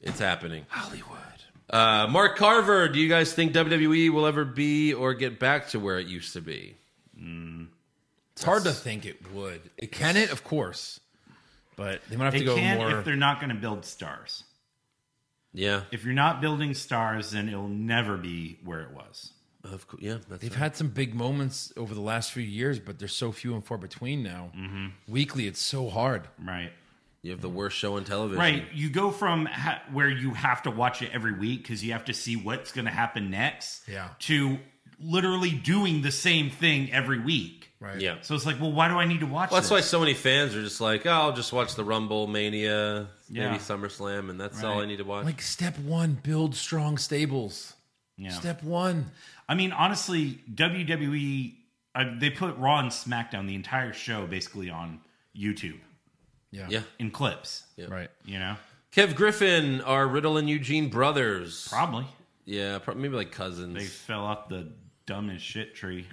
It's happening. Hollywood. Uh, Mark Carver, do you guys think WWE will ever be or get back to where it used to be? Hmm. It's hard to think it would. It can it, of course, but they might have to They go can't more. if they're not gonna build stars. Yeah. If you're not building stars, then it'll never be where it was. Of course. Yeah. That's They've right. had some big moments over the last few years, but they're so few and far between now. Weekly, it's so hard. Right. you have the worst show on television. Right. You go from ha- where you have to watch it every week because you have to see what's going to happen next Yeah. to literally doing the same thing every week. Right. Yeah. So it's like, well, why do I need to watch Well, that's why this? so many fans are just like, oh, I'll just watch the Rumble, Mania, Yeah. maybe SummerSlam, and that's all I Right. need to watch. Like step one, build strong stables. Yeah. Step one. I mean, honestly, WWE, uh, they put Raw and SmackDown, the entire show, basically on YouTube yeah. in clips, Right. you know? Kev Griffin are Riddle and Eugene brothers. Probably. yeah, pro- maybe like They cousins. fell off the dumbest shit tree.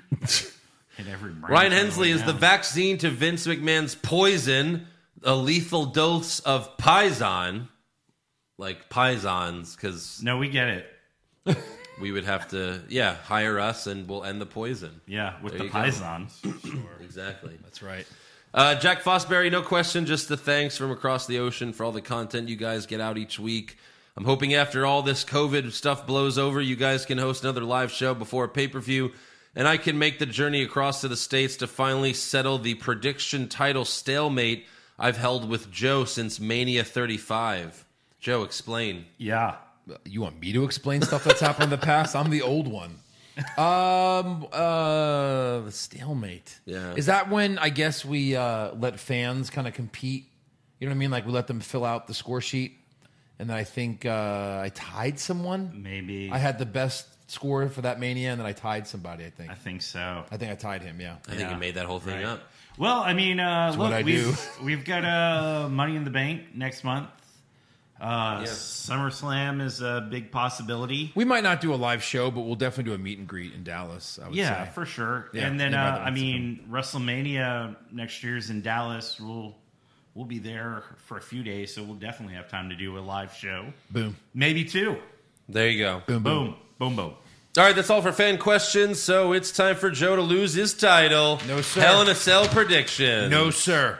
Hit every branch on Ryan the Hensley way is the down. vaccine to Vince McMahon's poison, a lethal dose of Pison. Like Pisons, because No, we get it. we would have to, yeah, hire us and we'll end the poison. Yeah, with There the you go. Pisons. Exactly. That's right. Uh, Jack Fosberry, no question, just the thanks from across the ocean for all the content you guys get out each week. I'm hoping after all this COVID stuff blows over, you guys can host another live show before a pay per view, and I can make the journey across to the States to finally settle the prediction title stalemate I've held with Joe since Mania 35. Joe, explain. Yeah. You want me to explain stuff that's happened in the past? I'm the old one. Um, uh, the stalemate. Yeah. Is that when I guess we uh, let fans kind of compete? You know what I mean? Like we let them fill out the score sheet, and then I think uh, I tied someone. Maybe. I had the best score for that mania, and then I tied somebody. I think. I think so. I think I tied him. Yeah. I think you made that whole thing Right. up. Well, I mean, uh, what look, I we've, we've got uh, Money in the Bank next month. Uh, SummerSlam is a big possibility. We might not do a live show, but we'll definitely do a meet and greet in Dallas. I would Yeah, say. for sure. Yeah, and any of then, the uh, other I ones to mean, WrestleMania next year's in Dallas. We'll we'll be there for a few days, so we'll definitely have time to do a live show. Boom. Maybe two. There you go. Boom. Boom. Boom, boom, boom. All right, that's all for fan questions. So it's time for Joe to lose his title. No, sir. Hell in a Cell prediction. No, sir.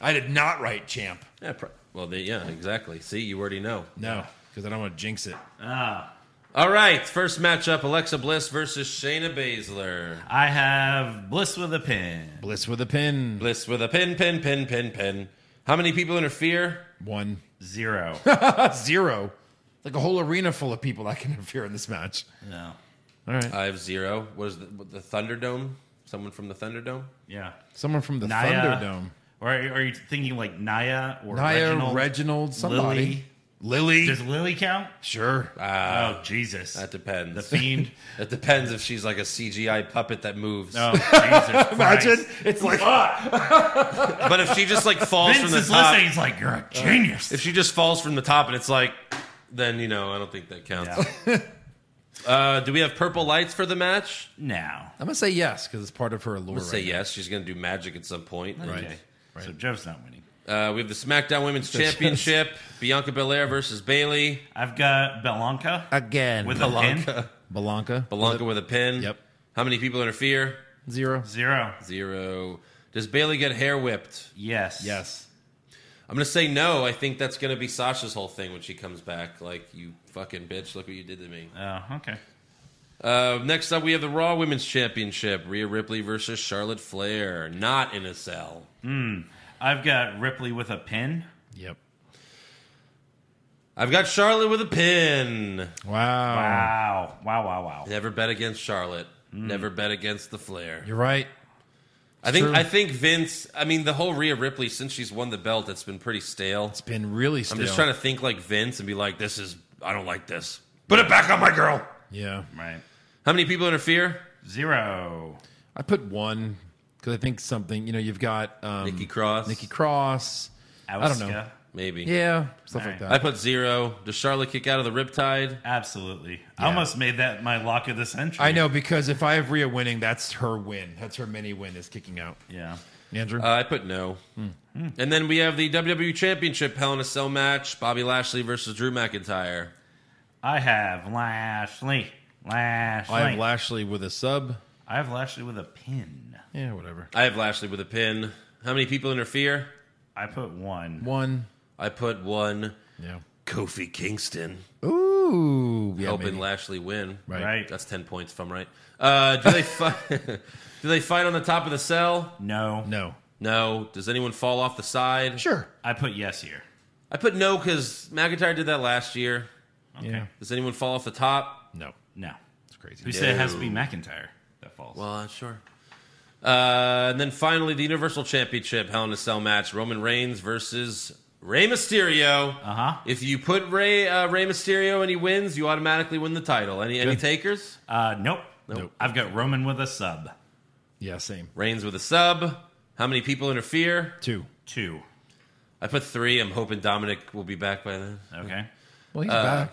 I did not write champ. Yeah, pro- well, they, yeah, exactly. See, you already know. No, because I don't want to jinx it. All right, first matchup: Alexa Bliss versus Shayna Baszler. I have Bliss with a pin. Bliss with a pin. Bliss with a pin, pin, pin, pin, pin. How many people interfere? One. Zero. Zero. Like a whole arena full of people that can interfere in this match. Uh, no. I have zero. Was the, the Thunderdome? Someone from the Thunderdome? Yeah. Someone from the Naya. Thunderdome. Or are you thinking like Naya or Naya, Reginald, Reginald? somebody. Lily. Does Lily count? sure. oh, Jesus. Uh, That depends. The Fiend. It depends if she's like a CGI puppet that moves. Oh, Jesus. Imagine. Christ. It's like, But if she just like falls Vince from the is top, listening. He's like, you're Uh, a genius. if she just falls from the top and it's like, then you know, I don't think that counts. Yeah. Uh, do we have purple lights for the match? now. I'm going to say yes because it's part of her allure. Let's say right yes. She's going to do magic at some point. Okay. So Joe's not winning. Uh, we have the SmackDown Women's Championship: Bianca Belair versus Bailey. I've got Belanca now. Again. with With a pin. Belanca. Belanca with a pin. Yep. How many people interfere? Zero. Zero. Zero. Does Bailey get hair whipped? Yes. Yes. I'm gonna say no. I think that's gonna be Sasha's whole thing when she comes back. Like you fucking bitch, look what you did to me. Oh, okay. Uh, next up, we have the Raw Women's Championship: Rhea Ripley versus Charlotte Flair. Not in a cell. I've got Ripley with a pin. Yep. I've got Charlotte with a pin. Wow. Wow. Wow, wow, wow. Never bet against Charlotte. Never bet against the Flair. You're right. I think. true. I think Vince. I mean, the whole Rhea Ripley since she's won the belt, it's been pretty stale. It's been really I'm stale. just trying to think like Vince and be like, "This is. I don't like this." Put it back on my girl. Yeah. Right. How many people interfere? Zero. I put one because I think something, you know, you've got um, Nikki Cross. Nikki Cross. I don't know. Auska. Maybe. Yeah, stuff like Alright. that. I put zero. Does Charlotte kick out of the Riptide? Absolutely. I almost made that my lock of the century. I know because if I have Rhea winning, that's her win. That's her mini win is kicking out. Yeah. Andrew? Uh, I put no. Hmm. And then we have the WWE Championship Hell in a Cell match: Bobby Lashley versus Drew McIntyre. I have Lashley. Lashley. I have Lashley with a sub. I have Lashley with a pin. Yeah, whatever. I have Lashley with a pin. How many people interfere? I put one. One. I put one. Yeah. Kofi Kingston Ooh. Yeah, helping maybe. Lashley win. Right. Right. That's ten points if I'm right. Uh, do they fight? do they fight on the top of the cell? No. No. No. Does anyone fall off the side? Sure. I put yes here. I put no because McIntyre did that last year. Yeah. Does anyone fall off the top? No. No. It's crazy. Who said it has to be McIntyre that falls? Well, uh, sure. Uh, and then finally, the Universal Championship Hell in a Cell match: Roman Reigns versus Rey Mysterio. Uh Uh-huh. If you put Rey uh, Rey Mysterio and he wins, you automatically win the title. Any any takers? Uh, nope. Nope. I've got Roman with a sub. Yeah, same. Reigns with a sub. How many people interfere? Two. Two. I put three. I'm hoping Dominic will be back by then. Okay. Well, he's back.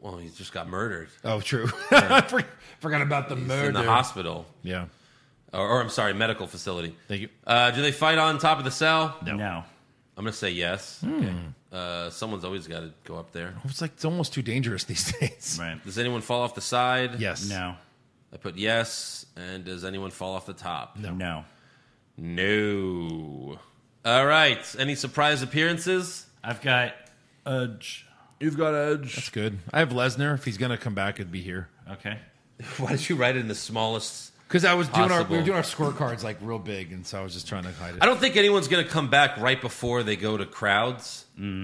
Well, he just got murdered. Oh, true. I for- forgot about the He's murder. in the hospital, yeah. or, or I'm sorry, medical facility. Thank you. Uh, do they fight on top of the cell? No. I'm gonna say yes. Hmm. Uh, someone's always got to go up there. It's like it's almost too dangerous these days. Right. Does anyone fall off the side? Yes. No. I put yes. And does anyone fall off the top? No. No. All right. Any surprise appearances? I've got Edge. You've got Edge. That's good. I have Lesnar. If he's gonna come back, it'd be here. Okay. Why did you write it in the smallest? Because I was doing our we Possible. were doing our scorecards like real big, and so I was just trying to hide it. Mm. I don't think anyone's going to come back right before they go to crowds. You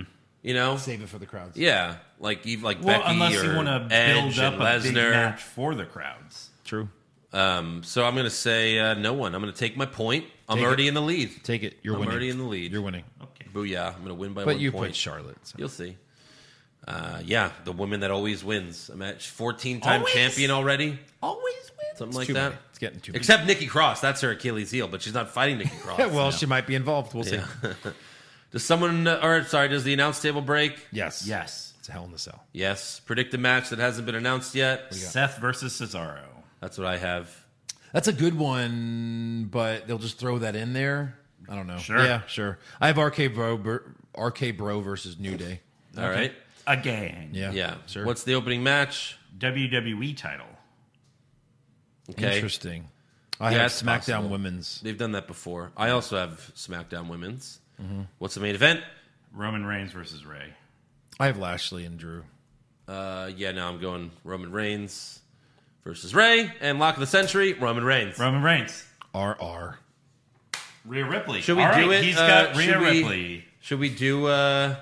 know, Save it for the crowds. yeah, like Eve, like Well, Becky unless you or want to Edge build up and a big Lesnar. match for the crowds. True. Um, so I'm gonna say uh, no one. I'm gonna take my point. I'm Take it. already in the lead. Take it. You're I'm winning. already in the lead. You're winning. Okay. Booyah! I'm gonna win by But one you point. put Charlotte. so- You'll see. Uh, yeah, the woman that always wins a match, 14 time Always? champion already, Always win. something It's like too that. many. It's getting too many. Except Nikki Cross, that's her Achilles heel, but she's not fighting Nikki Cross. Yeah, well, she might be involved. We'll see. does someone, or sorry, does the announce table break? Yes. Yes. It's a hell in the cell. Yes. Predict a match that hasn't been announced yet. Seth versus Cesaro. That's what I have. That's a good one, but they'll just throw that in there. I don't know. Sure. Yeah, sure. I have RK Bro, ver- RK Bro versus New Day. All right. Again. Yeah. Yeah. Sure. What's the opening match? WWE E title. Okay. interesting? I Yeah, have it's SmackDown possible. Women's. They've done that before. I also have SmackDown Women's. Mm-hmm. What's the main event? Roman Reigns versus Ray. I have Lashley and Drew. Uh, yeah, now I'm going Roman Reigns versus Ray and Lock of the Century, Roman Reigns. Roman Reigns. RR. Rhea Ripley. Should we All do right, it? He's uh, got Rhea should we- Ripley. Should we do uh,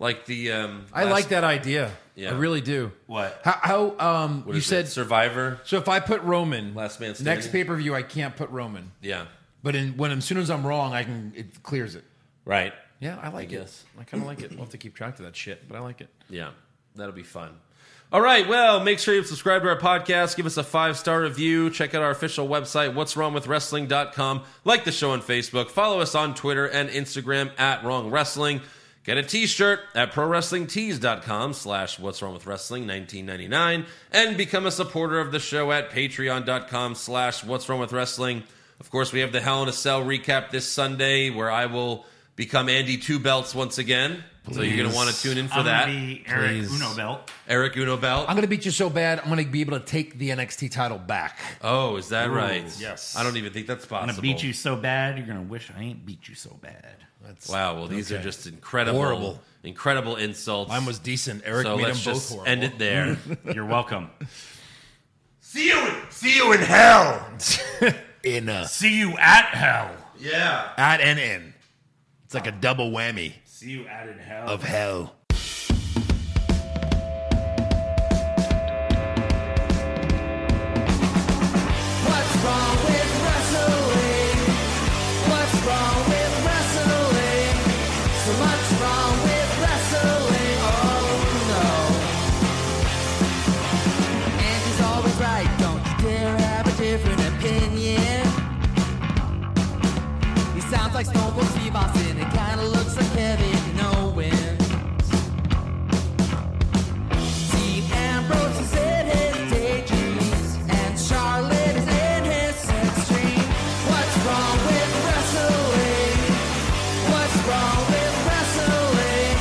like the? Um, I last- like that idea. Yeah. I really do. What? How, how um what you is it? said Survivor. so if I put Roman Last man standing. next pay-per-view I can't put Roman. Yeah, But in when as soon as I'm wrong I can it clears it. right. Yeah, I like it. guess. I kind of like it. We'll have to keep track of that shit, but I like it. Yeah, that'll be fun. All right. Well, make sure you subscribe to our podcast. Give us a five star review. Check out our official website, what's wrong with wrestling.com. Like the show on Facebook. Follow us on Twitter and Instagram at wrong wrestling. Get a t-shirt at prowrestlingtees.com slash what's wrong with wrestling 1999 and become a supporter of the show at patreon.com slash what's wrong with wrestling. Of course, we have the Hell in a Cell recap this Sunday where I will become Andy Two Belts once again. So you're going to want to tune in for I'm gonna that. be Eric please. Uno Belt. Eric Uno Belt. I'm going to beat you so bad I'm going to be able to take the NXT title back. Oh, is that right? yes. I don't even think that's I'm possible. gonna beat you so bad, you're gonna wish I ain't beat you so bad. Wow. Well, these are just incredible, Horrible. incredible insults. Mine was decent. Eric so made let's them just both horrible. end it there. You're welcome. See you, see you in hell. in a, See you at hell. Yeah. at and in. It's like a double whammy See you at in hell. of hell. What's wrong with wrestling? What's wrong with wrestling? So much wrong with wrestling. Oh no. And he's always right. Don't you dare have a different opinion. He sounds like Stone Cold Steve Austin. It kinda looks like Kevin Owens. Dean Ambrose is in his daydreams, and Charlotte is in his sex dream. What's wrong with wrestling? What's wrong with wrestling?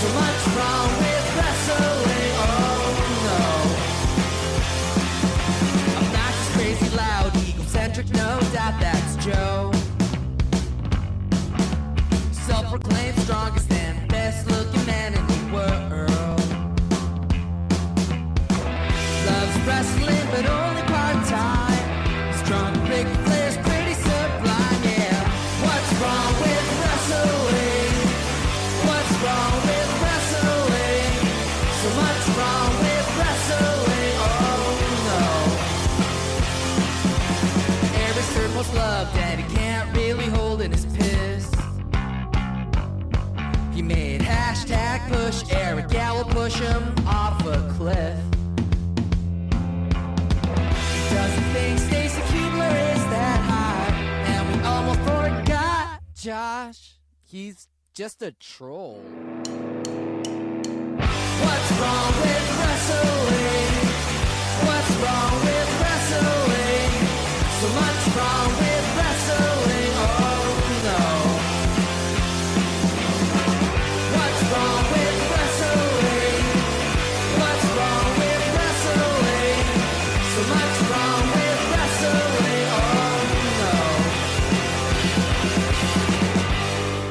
So much wrong with wrestling. Oh no. I'm not just crazy loud, egocentric, no doubt that's Joe. Self-proclaimed strongest and best-looking man in the world. Loves wrestling, but only part-time. Strong big players, pretty sublime, yeah. What's wrong with wrestling? What's wrong with wrestling? So much wrong with wrestling. Oh no. Every circle's loved and he can't really hold in his piss. He made hashtag push Eric Gallo push him off a cliff. He doesn't think Stacy Kubler is that hot, and we almost forgot Josh. He's just a troll. What's wrong with wrestling? What's wrong with wrestling? So much wrong with wrestling. Oh no. What's wrong with wrestling? What's wrong with wrestling? So much wrong with wrestling. Oh no.